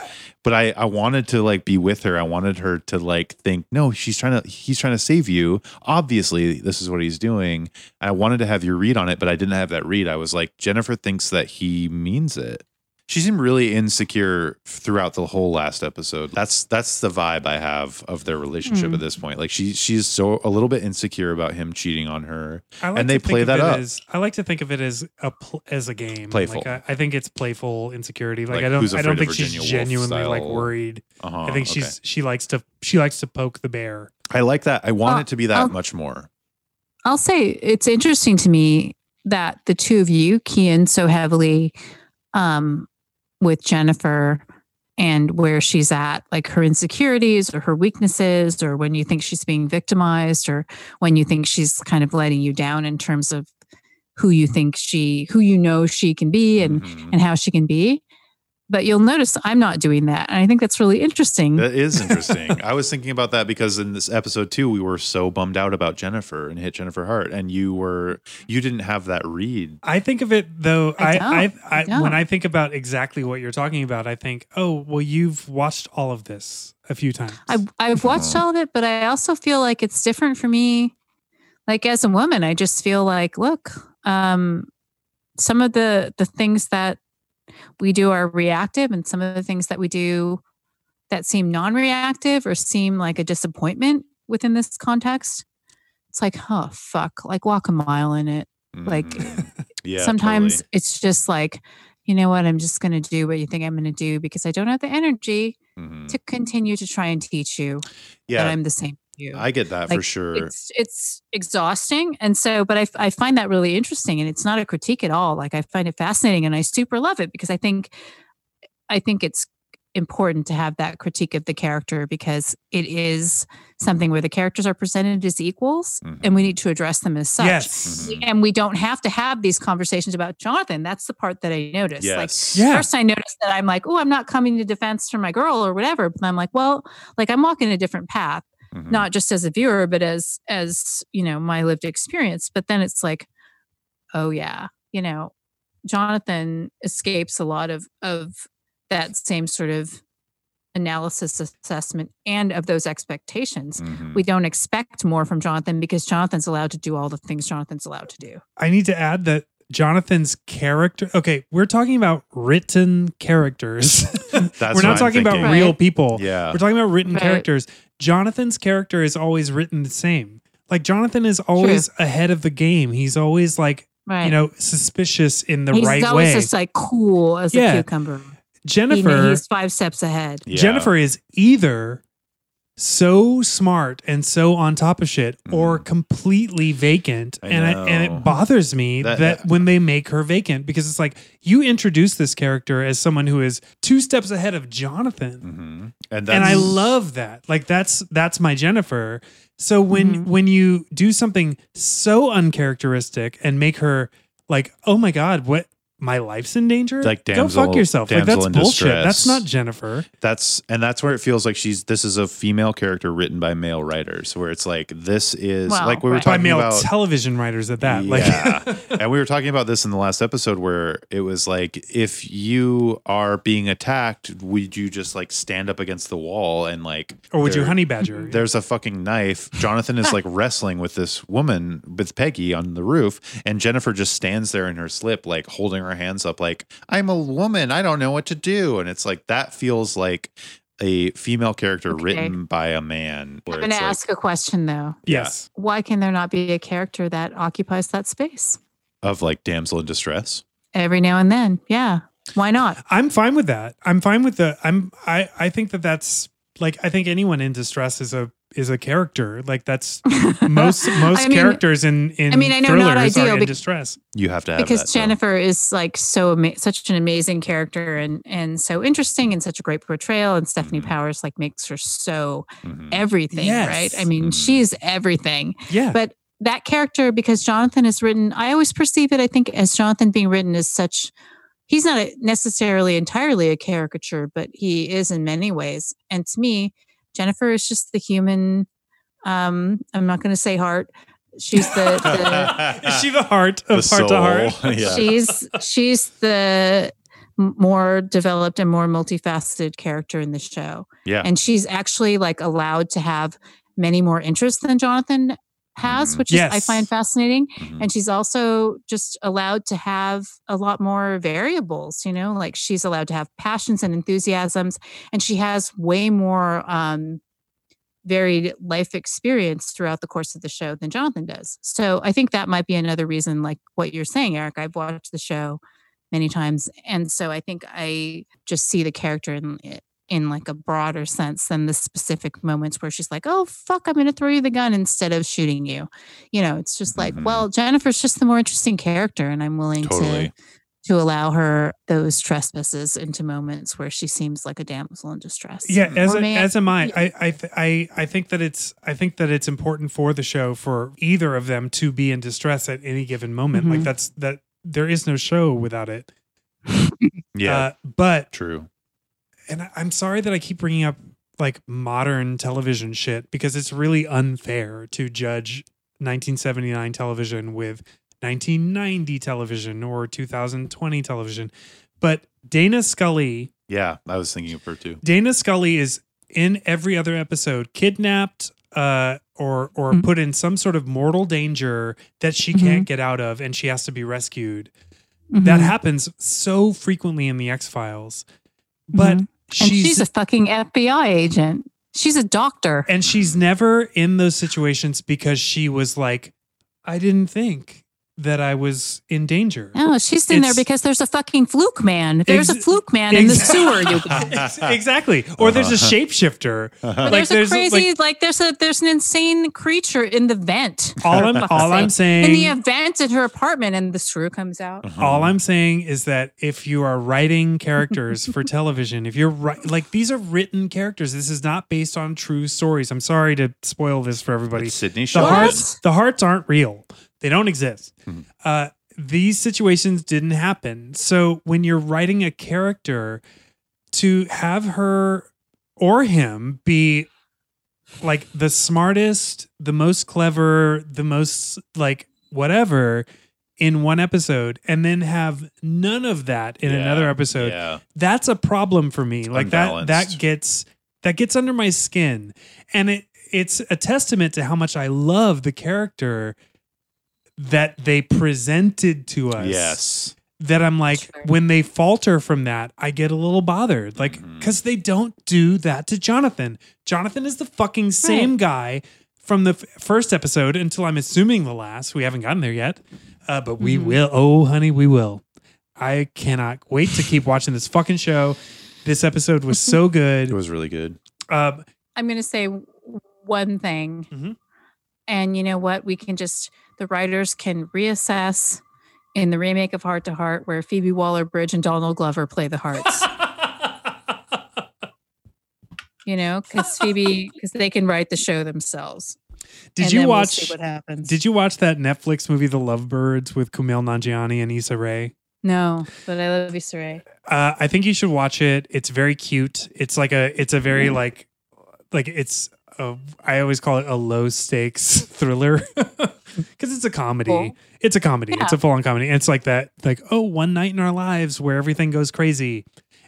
S3: but I I wanted to like be with her. I wanted her to like think no, she's trying to he's trying to save you. Obviously, this is what he's doing. I wanted to have your read on it, but I didn't have that read. I was like Jennifer thinks that he means it. She seemed really insecure throughout the whole last episode. That's that's the vibe I have of their relationship
S2: Mm.
S3: at this point. Like she she's so a little bit insecure about him cheating on her.
S1: I like
S3: And they
S1: to think
S3: play
S1: of
S3: that
S1: it
S3: up.
S1: As, I like to think of it as a pl- as a game.
S3: Playful.
S1: Like, I, I think it's playful insecurity. Like,
S3: Like,
S1: I don't
S3: Who's
S1: I don't
S3: Afraid
S1: think
S3: of
S1: she's
S3: Virginia Woolf
S1: genuinely like
S3: style.
S1: worried.
S3: Uh-huh,
S1: I think
S3: okay.
S1: she's she likes to she likes to poke the bear.
S3: I like that. I want
S2: Uh,
S3: it to be that
S2: I'll-
S3: much more.
S2: I'll say it's interesting to me that the two of you key in so heavily um, with Jennifer and where she's at, like her insecurities or her weaknesses, or when you think she's being victimized, or when you think she's kind of letting you down in terms of who you think she, who you know she can be and,
S3: Mhm.
S2: and how she can be. But you'll notice I'm not doing that. And I think that's really interesting.
S3: That is interesting. I was thinking about that because in this episode too, we were so bummed out about Jennifer and hit Jennifer Hart, and you were you didn't have that read.
S1: I think of it though.
S2: I
S1: I,
S2: don't.
S1: I, I,
S2: I don't.
S1: when I think about exactly what you're talking about, I think, oh well, you've watched all of this a few times.
S2: I, I've watched
S3: Mhm.
S2: all of it, but I also feel like it's different for me. Like as a woman, I just feel like, look, um, some of the the things that we do are reactive, and some of the things that we do that seem non-reactive or seem like a disappointment within this context. It's like, oh fuck, like walk a mile in it. Like,
S3: Mhm. yeah,
S2: Sometimes
S3: totally.
S2: it's just like, you know what, I'm just gonna do what you think I'm gonna do because I don't have the energy
S3: Mhm.
S2: to continue to try and teach you that
S3: yeah,
S2: I'm the same as you.
S3: I get that for
S2: like,
S3: sure.
S2: It's it's exhausting, and so, but I f- I find that really interesting, and it's not a critique at all. Like I find it fascinating, and I super love it because I think I think it's important to have that critique of the character because it is something where the characters are presented as equals,
S3: Mm-hmm.
S2: and we need to address them as such.
S1: yes.
S3: Mhm.
S2: And we don't have to have these conversations about Jonathan. That's the part that I noticed. Like
S3: Yes.
S1: Yeah.
S2: first I noticed that I'm like, oh, I'm not coming to defense for my girl or whatever. But I'm like, well, like I'm walking a different path,
S3: Mhm.
S2: not just as a viewer, but as as you know my lived experience. But then it's like, oh yeah, you know, Jonathan escapes a lot of of that same sort of analysis assessment and of those expectations.
S3: Mhm.
S2: We don't expect more from Jonathan because Jonathan's allowed to do all the things Jonathan's allowed to do.
S1: I need to add that Jonathan's character. Okay, we're talking about written characters.
S3: That's
S1: we're
S3: what
S1: not
S3: I'm
S1: talking about
S3: thinking.
S1: real
S2: Right.
S1: people.
S3: yeah.
S1: We're talking about written
S2: Right.
S1: characters. Jonathan's character is always written the same. Like Jonathan is always ahead of the game. He's always like
S2: Right.
S1: you know suspicious in the
S2: he's
S1: right
S2: always
S1: way.
S2: just like cool as
S1: Yeah.
S2: a cucumber. He kn-
S1: Jennifer
S2: he's five steps ahead.
S3: Yeah.
S1: Jennifer is either so smart and so on top of shit or completely vacant
S3: Mm. I
S1: and I, and
S3: know.
S1: it bothers me
S3: That-
S1: that, when they make her vacant because it's like you introduce this character as someone who is two steps ahead of Jonathan
S3: Mhm. And,
S1: and I
S3: that's-
S1: love that. Like that's that's my Jennifer. So when
S3: Mm-hmm.
S2: Mhm.
S1: when you do something so uncharacteristic and make her like, oh my god, what my life's in danger.
S3: Like
S1: go
S3: damsel-
S1: fuck yourself. Like
S3: damsel
S1: that's
S3: in
S1: bullshit.
S3: distress.
S1: That's not Jennifer.
S3: That's and that's where it feels like she's this is a female character written by male writers where it's like this is
S2: Well,
S3: like we were
S2: right.
S1: By
S3: talking
S1: male
S3: about
S1: television writers at that.
S3: Yeah.
S1: Like
S3: and we were talking about this in the last episode where it was like if you are being attacked would you just like stand up against the wall and like
S1: or would you
S3: there-
S1: honey badger?
S3: there's a fucking knife jonathan is like wrestling with this woman with peggy on the roof and jennifer just stands there in her slip like holding her hands up like i'm a woman i don't know what to do and it's like that feels like a female character
S2: Okay.
S3: written by a man where
S2: I'm going to
S3: it's like,
S2: ask a question though.
S1: yes.
S2: Why can there not be a character that occupies that space
S3: of like damsel in distress
S2: every now and then? Yeah. Why not?
S1: I'm fine with that. I'm fine with the I'm I I think that that's like I think anyone in distress is a is a character. Like that's most most
S2: I mean-
S1: characters in in
S2: I mean, I know not
S1: thrillers
S2: ideal,
S1: are in
S2: bec-
S1: distress.
S3: you have to have
S2: because
S3: that, though.
S2: Jennifer is like so ama- such an amazing character and and so interesting and such a great portrayal and Stephanie
S3: Mhm.
S2: Powers like makes her so
S3: Mhm.
S2: everything,
S1: Yes.
S2: right? I mean,
S3: Mhm.
S2: she's everything.
S1: Yeah.
S2: But that character because Jonathan is written, I always perceive it I think as Jonathan being written as such he's not a, necessarily entirely a caricature, but he is in many ways. And to me, Jennifer is just the human um I'm not going to say heart. She's the, the
S1: is she the heart of
S3: The
S1: heart to
S3: soul.
S1: heart?
S3: Yeah.
S2: she's she's the m- more developed and more multifaceted character in the show
S3: yeah
S2: and she's actually like allowed to have many more interests than jonathan has
S3: Mhm.
S2: which is i
S1: Yes.
S2: find fascinating
S3: Mhm.
S2: and she's also just allowed to have a lot more variables you know like she's allowed to have passions and enthusiasms and she has way more um varied life experience throughout the course of the show than jonathan does so i think that might be another reason like what you're saying eric i've watched the show many times and so i think i just see the character in it in like a broader sense than the specific moments where she's like oh fuck i'm going to throw you the gun instead of shooting you you know it's just like
S3: Mhm.
S2: well jennifer's just the more interesting character and i'm willing
S3: Totally.
S2: to to allow her those trespasses into moments where she seems like a damsel in distress
S1: Yeah, as
S2: Or
S1: a,
S2: may I-
S1: as am I. I I, th- I I think that it's I think that it's important for the show for either of them to be in distress at any given moment. Like
S2: Mhm.
S1: that's that there is no show without it.
S3: yeah
S1: Uh, but
S3: true
S1: and I- I'm sorry that I keep bringing up like modern television shit because it's really unfair to judge 1979 television with 1990 television or 2020 television. But Dana Scully
S3: yeah i was thinking of her too
S1: Dana Scully is in every other episode kidnapped uh, or or
S2: Mhm.
S1: put in some sort of mortal danger that she
S2: Mm-hmm.
S1: can't get out of, and she has to be rescued. That
S2: Mhm.
S1: happens so frequently in the X Files, but
S2: Mm-hmm. and
S1: she's
S2: she's, a fucking fbi agent she's a doctor
S1: and she's never in those situations because she was like, I didn't think that I was in danger.
S2: no Oh, she's in there
S1: it's-
S2: because there's a fucking fluke man there's a
S1: Ex-
S2: fluke man in the sewer you guys
S1: exactly. Or there's a shapeshifter.
S2: But
S1: Like,
S2: there's a
S1: there's, like-
S2: crazy, like, there's a there's an insane creature in the vent.
S1: All I'm
S2: Fuck's
S1: all I'm saying
S2: sake. in the event in her apartment, and the screw comes out.
S1: All I'm saying is that if you are writing characters for television, if you're right, like these are written characters, this is not based on true stories. I'm sorry to spoil this for everybody.
S3: It's Sydney
S1: The
S3: Sheldon.
S1: hearts, the hearts aren't real. They don't exist.
S3: Mhm.
S1: Uh, these situations didn't happen. So when you're writing a character, to have her or him be like the smartest, the most clever, the most like whatever in one episode, and then have none of that in
S3: Yeah,
S1: another episode.
S3: Yeah.
S1: That's a problem for me. Like that that
S3: unbalanced.
S1: gets that gets under my skin. And it it's a testament to how much I love the character that they presented to us
S3: Yes.
S1: that I'm like,
S2: Sure.
S1: when they falter from that, I get a little bothered. Like,
S3: Mhm.
S1: because they don't do that to Jonathan. Jonathan is the fucking same guy from the f- first episode until I'm assuming the last. We haven't gotten there yet, uh, but we
S2: Mhm.
S1: will. Oh, honey, we will. I cannot wait to keep watching this fucking show. This episode was so
S3: It
S1: good.
S3: was really good.
S1: Um,
S2: I'm gonna say w- one thing,
S1: Mhm.
S2: and you know what? We can just the writers can reassess in the remake of Heart to Heart, where Phoebe Waller Bridge and Donald Glover play the hearts. you know, because Phoebe, because they can write the show themselves.
S1: did
S2: And
S1: you
S2: then we'll
S1: watch?
S2: see what happens?
S1: did you watch that Netflix movie, The Lovebirds, with Kumail Nanjiani and Issa Rae?
S2: No, but I love Issa Rae.
S1: Uh, I think you should watch it. It's very cute. It's like a it's a very like like it's a, I always call it a low stakes thriller because it's a comedy.
S2: Cool.
S1: It's a comedy. It's a
S2: Yeah.
S1: full on comedy. And it's like that like oh one night in our lives where everything goes crazy,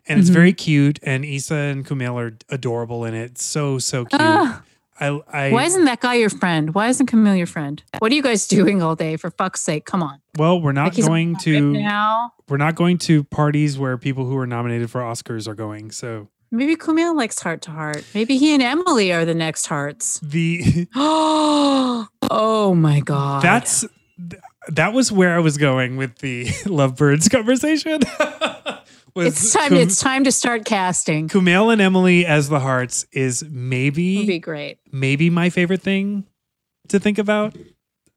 S1: and it's
S2: Mhm.
S1: very cute. And Issa and Kumail are adorable in it. So so cute.
S2: Ah.
S1: I I
S2: Why isn't that guy your friend? Why isn't Camille your friend? What are you guys doing all day? For fuck's sake, come on.
S1: well we're not
S2: Like, he's
S1: going to
S2: now.
S1: we're not going to parties where people who are nominated for Oscars are going. So
S2: Maybe Camille likes heart to heart. Maybe he and Emily are the next hearts.
S1: the
S2: oh my god.
S1: that's th- that was where I was going with the Lovebirds conversation. was
S2: it's time.
S1: Kum-
S2: it's time to start casting.
S1: Kumail and Emily as the hearts is maybe
S2: Would be great.
S1: maybe my favorite thing to think about.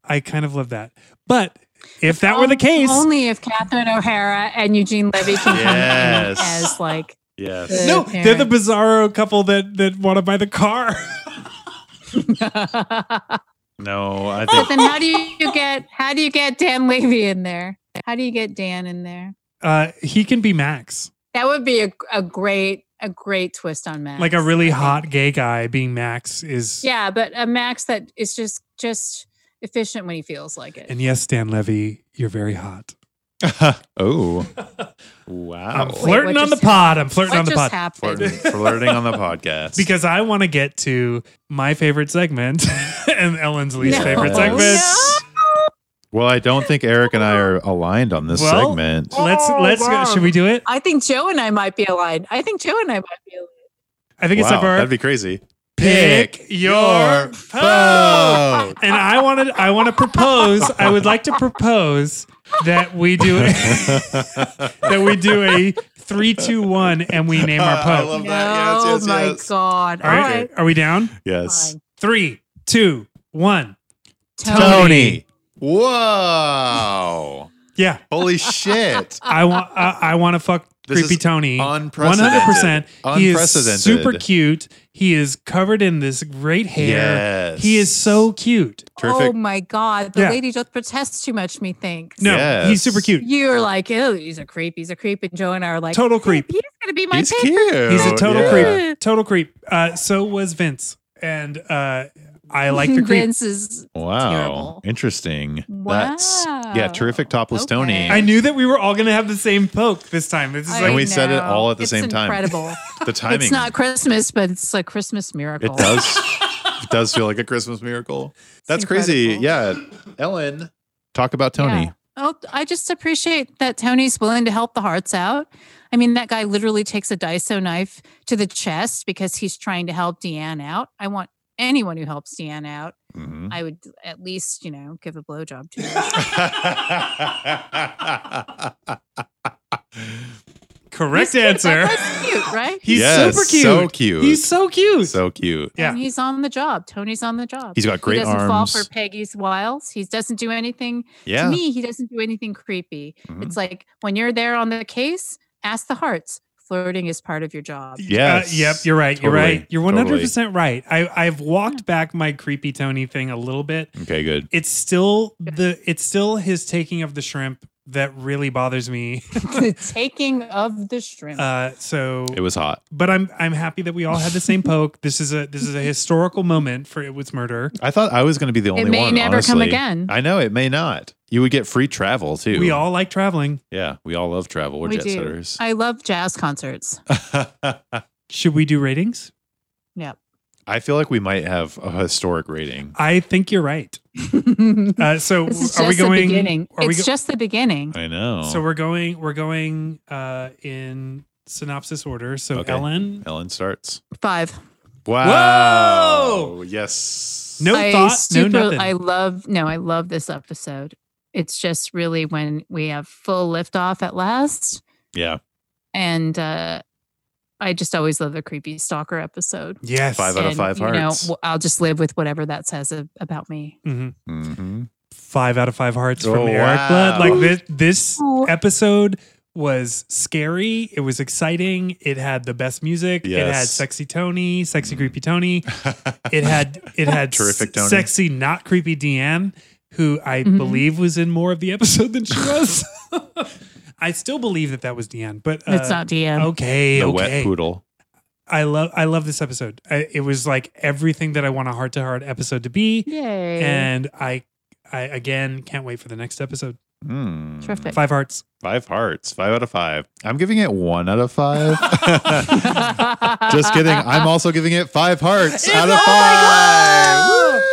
S1: I kind of love that, but if that were the
S2: Only-
S1: case,
S2: only if Catherine O'Hara and Eugene Levy can come in
S3: Yes.
S2: as like
S3: Yes.
S2: the
S1: no, they're the
S2: parents.
S1: bizarro couple that that want to buy the car.
S3: No, I
S2: but
S3: think
S2: then how do you get how do you get Dan Levy in there? How do you get Dan in there?
S1: uh, he can be Max.
S2: That would be a, a great a great twist on Max.
S1: like a really
S2: I think.
S1: hot gay guy being Max is.
S2: Yeah, but a Max that is just just efficient when he feels like it.
S1: And yes, Stan Levy, you're very hot.
S3: oh,
S1: I'm
S3: wow.
S2: fl-
S1: flirting
S2: Oh, what
S1: on the
S2: just
S1: pod. I'm flirting
S2: what
S1: on the
S2: just
S1: pod
S2: happened?
S3: flirting, flirting on the podcast.
S1: because I want to get to my favorite segment and Ellen's least
S2: No. Oh,
S1: favorite
S3: No.
S1: segment.
S3: well, I don't think Eric and I are aligned on this
S1: Well-
S3: segment.
S1: Let's
S2: Oh,
S1: let's go.
S2: wow.
S1: Should we do it?
S2: I think Joe and I might be aligned. I think Joe and I might be aligned.
S1: I think it's
S3: wow,
S1: time for
S3: that'd be crazy.
S1: pick your pose.
S3: Oh,
S1: And I wanted I want to propose. I would like to propose that we do that we do a three two one and we name our
S3: I
S1: pose.
S3: love that. Yes,
S2: oh
S3: yes,
S2: my
S3: yes.
S2: god.
S1: All right, are we down?
S3: yes.
S1: Three, two, one.
S2: Tony.
S1: Tony.
S3: Wow.
S1: Yeah,
S3: Holy shit.
S1: I want. I, I want to fuck
S3: This
S1: creepy
S3: is
S1: Tony.
S3: Unprecedented.
S1: 100%. He is
S3: Unprecedented.
S1: super cute. He is covered in this great hair.
S3: Yes.
S1: He is so cute.
S2: Oh
S3: Perfect.
S2: my god. The
S1: Yeah.
S2: lady just protests too much, me thinks.
S1: No,
S3: Yes.
S1: he's super cute.
S2: You're like, oh, he's a creep. He's a creep. And Joe and I are like,
S1: Total creep.
S2: He's gonna be my
S3: He's
S2: favorite.
S3: cute.
S1: He's a total
S3: Yeah.
S1: creep. Total creep. Uh, so was Vince, and uh, I like the creep.
S2: Vince is
S3: Wow.
S2: Terrible.
S3: Interesting. That's yeah,
S2: Wow.
S3: terrific topless
S2: Okay.
S3: Tony.
S1: I knew that we were all gonna have the same poke this time. This is
S2: I
S1: like
S3: And we said it
S2: know.
S3: all at the
S2: It's
S3: same time.
S2: Incredible.
S3: the timing.
S2: It's not Christmas, but it's a Christmas miracle.
S3: it does it does feel like a Christmas miracle. That's crazy. Yeah. Ellen, talk about Tony.
S2: Yeah. Oh, I just appreciate that Tony's willing to help the hearts out. I mean, that guy literally takes a Daiso knife to the chest because he's trying to help Deanne out. I want anyone who helps Deanne out.
S3: Mhm.
S2: I would at least, you know, give a blowjob to.
S1: correct
S2: He's cute.
S1: answer.
S2: That guy's cute, right?
S1: He's
S3: Yes,
S1: super cute.
S3: So cute.
S1: He's so cute.
S3: so cute.
S1: Yeah.
S2: And he's on the job. Tony's on the job.
S3: He's got great
S2: he doesn't fall
S3: arms.
S2: for Peggy's wiles. He doesn't do anything.
S3: yeah.
S2: To me, he doesn't do anything creepy.
S3: Mhm.
S2: It's like when you're there on the case, ask the hearts. Flirting is part of your job.
S3: Yes.
S1: Uh, yep. You're right. You're
S3: Totally,
S1: right. You're one
S3: totally.
S1: hundred percent right. I I've walked back my creepy Tony thing a little bit.
S3: Okay, good.
S1: It's still the it's still his taking of the shrimp that really bothers me.
S2: the taking of the shrimp.
S1: Uh, so,
S3: It was hot.
S1: but I'm I'm happy that we all had the same poke. This is a this is a historical moment for it was murder.
S3: I thought I was going to be the only
S2: it may
S3: one.
S2: never come
S3: honestly.
S2: again.
S3: I know it may not. You would get free travel too.
S1: We all like traveling.
S3: yeah, we all love travel. We're
S2: We
S3: jet
S2: do.
S3: setters.
S2: I love jazz concerts.
S1: Uh, Should we do ratings?
S2: Yep.
S3: I feel like we might have a historic rating.
S1: I think you're right.
S2: this
S1: Uh, so
S2: is just
S1: are we
S2: the
S1: going?
S2: beginning.
S1: Are we
S2: It's
S1: go-
S2: just the beginning.
S3: I know.
S1: so we're going we're going uh, in synopsis order. So
S3: Okay.
S1: Ellen,
S3: Ellen starts.
S2: Five.
S3: Wow. Yes.
S1: No
S2: I
S1: thought, no
S2: super,
S1: nothing.
S2: I love no, I love this episode. It's just really when we have full liftoff at last.
S3: Yeah.
S2: And uh I just always love the creepy stalker episode.
S1: yes,
S3: Five out of
S2: And,
S3: five
S2: you know,
S3: hearts.
S2: w- I'll just live with whatever that says a- about me.
S1: Mhm.
S3: Mhm.
S1: five out of five hearts from
S3: Oh,
S1: Eric Blood.
S3: wow.
S1: Like this, this
S2: Oh.
S1: episode was scary. It was exciting. It had the best music. It had
S3: Yes. Mm.
S1: sexy Tony, sexy creepy Tony. It had it had
S3: Terrific
S1: s-
S3: Tony.
S1: sexy not creepy Deanne, who I
S2: Mhm.
S1: believe was in more of the episode than she was. I still believe that that was Dion, but uh,
S2: it's not DM.
S1: Okay,
S3: the wet
S1: okay.
S3: poodle.
S1: I love I love this episode. I, it was like everything that I want a heart to heart episode to be,
S2: Yay.
S1: and I I again can't wait for the next episode.
S3: Hmm.
S2: Terrific.
S1: Five hearts.
S3: Five hearts. Five out of five. I'm giving it one out of five. Just kidding. I'm also giving it five hearts out of five. Woo!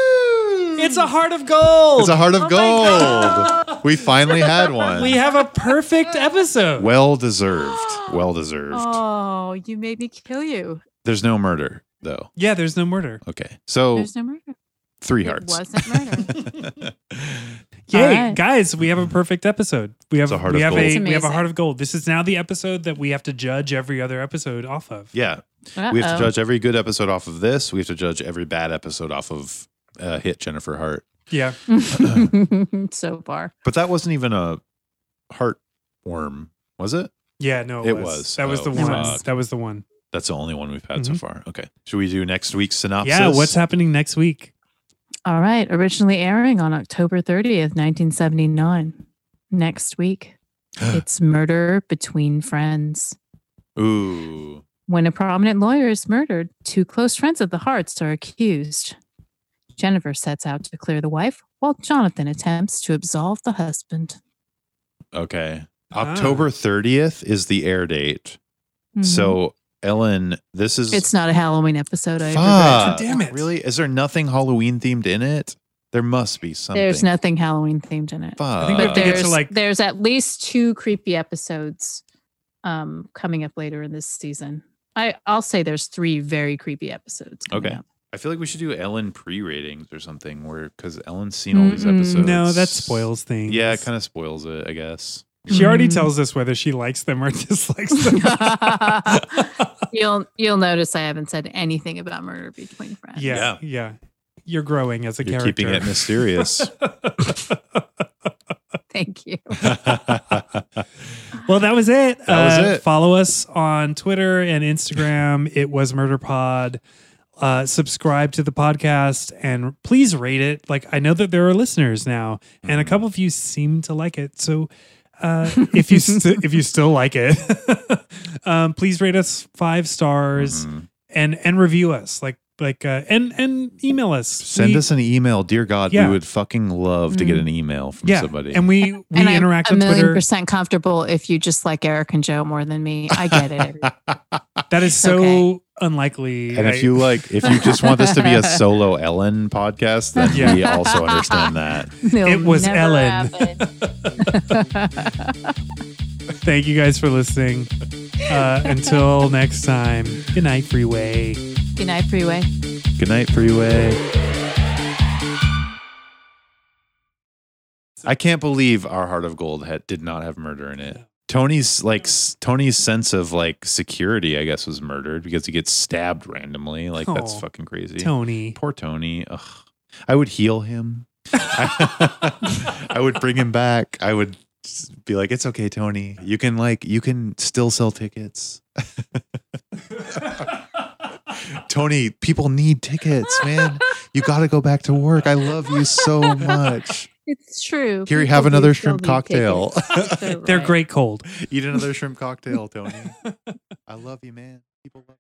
S1: It's a heart of gold.
S3: It's a heart of
S1: God.
S3: gold. We finally had one.
S1: we have a perfect episode.
S3: well deserved. Well deserved.
S2: Oh, you made me kill you.
S3: There's no murder though.
S1: yeah, there's no murder.
S3: Okay. So
S2: There's no murder.
S3: three
S2: It
S3: hearts.
S2: wasn't murder.
S1: Yay,
S2: Alright.
S1: guys, we have a perfect episode. We have
S3: It's a heart
S1: we
S3: of
S1: have
S3: gold.
S1: a we
S2: That's
S1: have a
S2: amazing.
S1: heart of gold. This is now the episode that we have to judge every other episode off of.
S3: yeah. We have to
S2: Uh-oh.
S3: judge every good episode off of this. We have to judge every bad episode off of uh, Hit Jennifer Hart.
S1: Yeah.
S2: so far.
S3: But that wasn't even a heart worm, was it?
S1: Yeah, no, it,
S3: It
S1: was.
S3: was.
S1: That was
S3: Oh,
S1: the one.
S2: fuck.
S1: That was the one.
S3: That's the only one we've had so
S1: Mhm.
S3: far. Okay. Should we do next week's synopsis?
S1: Yeah, what's happening next week?
S2: All right. Originally airing on October 30th, 1979. Next week, it's Murder Between Friends.
S3: Ooh.
S2: When a prominent lawyer is murdered, two close friends of the Hearts are accused. Jennifer sets out to clear the wife, while Jonathan attempts to absolve the husband.
S3: Okay.
S1: Ah.
S3: October 30th is the air date.
S2: Mhm.
S3: So, Ellen, this is.
S2: Mm-hmm. it's not a Halloween episode. I regret.
S3: Fuck.
S1: Damn it.
S3: Really? Is there nothing Halloween themed in it? There must be something.
S2: There's nothing Halloween themed in it.
S3: Fuck.
S1: think we have to
S2: but
S1: Uh, get to,
S2: there's
S1: like-
S2: there's at least two creepy episodes um coming up later in this season. I I'll say there's three very creepy episodes. coming
S3: Okay.
S2: up.
S3: I feel like we should do Ellen pre ratings or something where, because Ellen's seen all these
S2: Mm-mm.
S3: episodes.
S1: no, that spoils things.
S3: Yeah, it kind of spoils it, I guess.
S1: She already
S2: Mhm.
S1: tells us whether she likes them or dislikes them.
S2: You'll you'll notice I haven't said anything about murder between friends.
S1: yeah, yeah,
S3: Yeah.
S1: You're growing as a
S3: You're
S1: character.
S3: keeping it mysterious.
S2: Thank you.
S1: well, that was it. Uh,
S3: That was it.
S1: Follow us on Twitter and Instagram. It was Murder Pod. Uh, subscribe to the podcast and please rate it. Like I know that there are listeners now, and a
S3: Mhm.
S1: couple of you seem to like it. So uh, if you st- if you still like it, um, please rate us five stars
S3: Mhm.
S1: and and review us. Like like uh, and and email us.
S3: Send
S1: We-
S3: us an email. Dear God,
S1: Yeah. Mm.
S3: we would fucking love to get an email from
S1: yeah,
S3: somebody.
S1: and we we
S2: and
S1: interact
S2: I'm a
S1: on
S2: million
S1: Twitter.
S2: percent comfortable if you just like Eric and Joe more than me. I get it.
S1: That is so
S2: Okay.
S1: unlikely.
S3: And
S1: I-
S3: if you like, if you just want this to be a solo Ellen podcast, then
S1: Yeah.
S3: we also understand that.
S2: It'll
S1: It was
S2: never
S1: Ellen.
S2: happen.
S1: thank you guys for listening. Uh, until next time, good night, freeway.
S2: Good night, freeway.
S3: Good night, freeway. I can't believe our Heart of Gold had, did not have murder in it. Tony's like s- Tony's sense of like security, I guess, was murdered because he gets stabbed randomly. Like that's
S1: Oh,
S3: fucking crazy.
S1: Tony.
S3: Poor Tony. Ugh. I would heal him. I, I would bring him back. I would s- be like, it's okay, Tony. You can like, you can still sell tickets. Tony, people need tickets, man. You got to go back to work. I love you so much.
S2: It's true.
S3: Here, you
S2: People
S3: have
S2: do
S3: another
S2: still
S3: shrimp
S2: need
S3: cocktail.
S2: tickets.
S1: They're
S2: right.
S1: great cold.
S3: Eat another shrimp cocktail, Tony. I love you, man. People love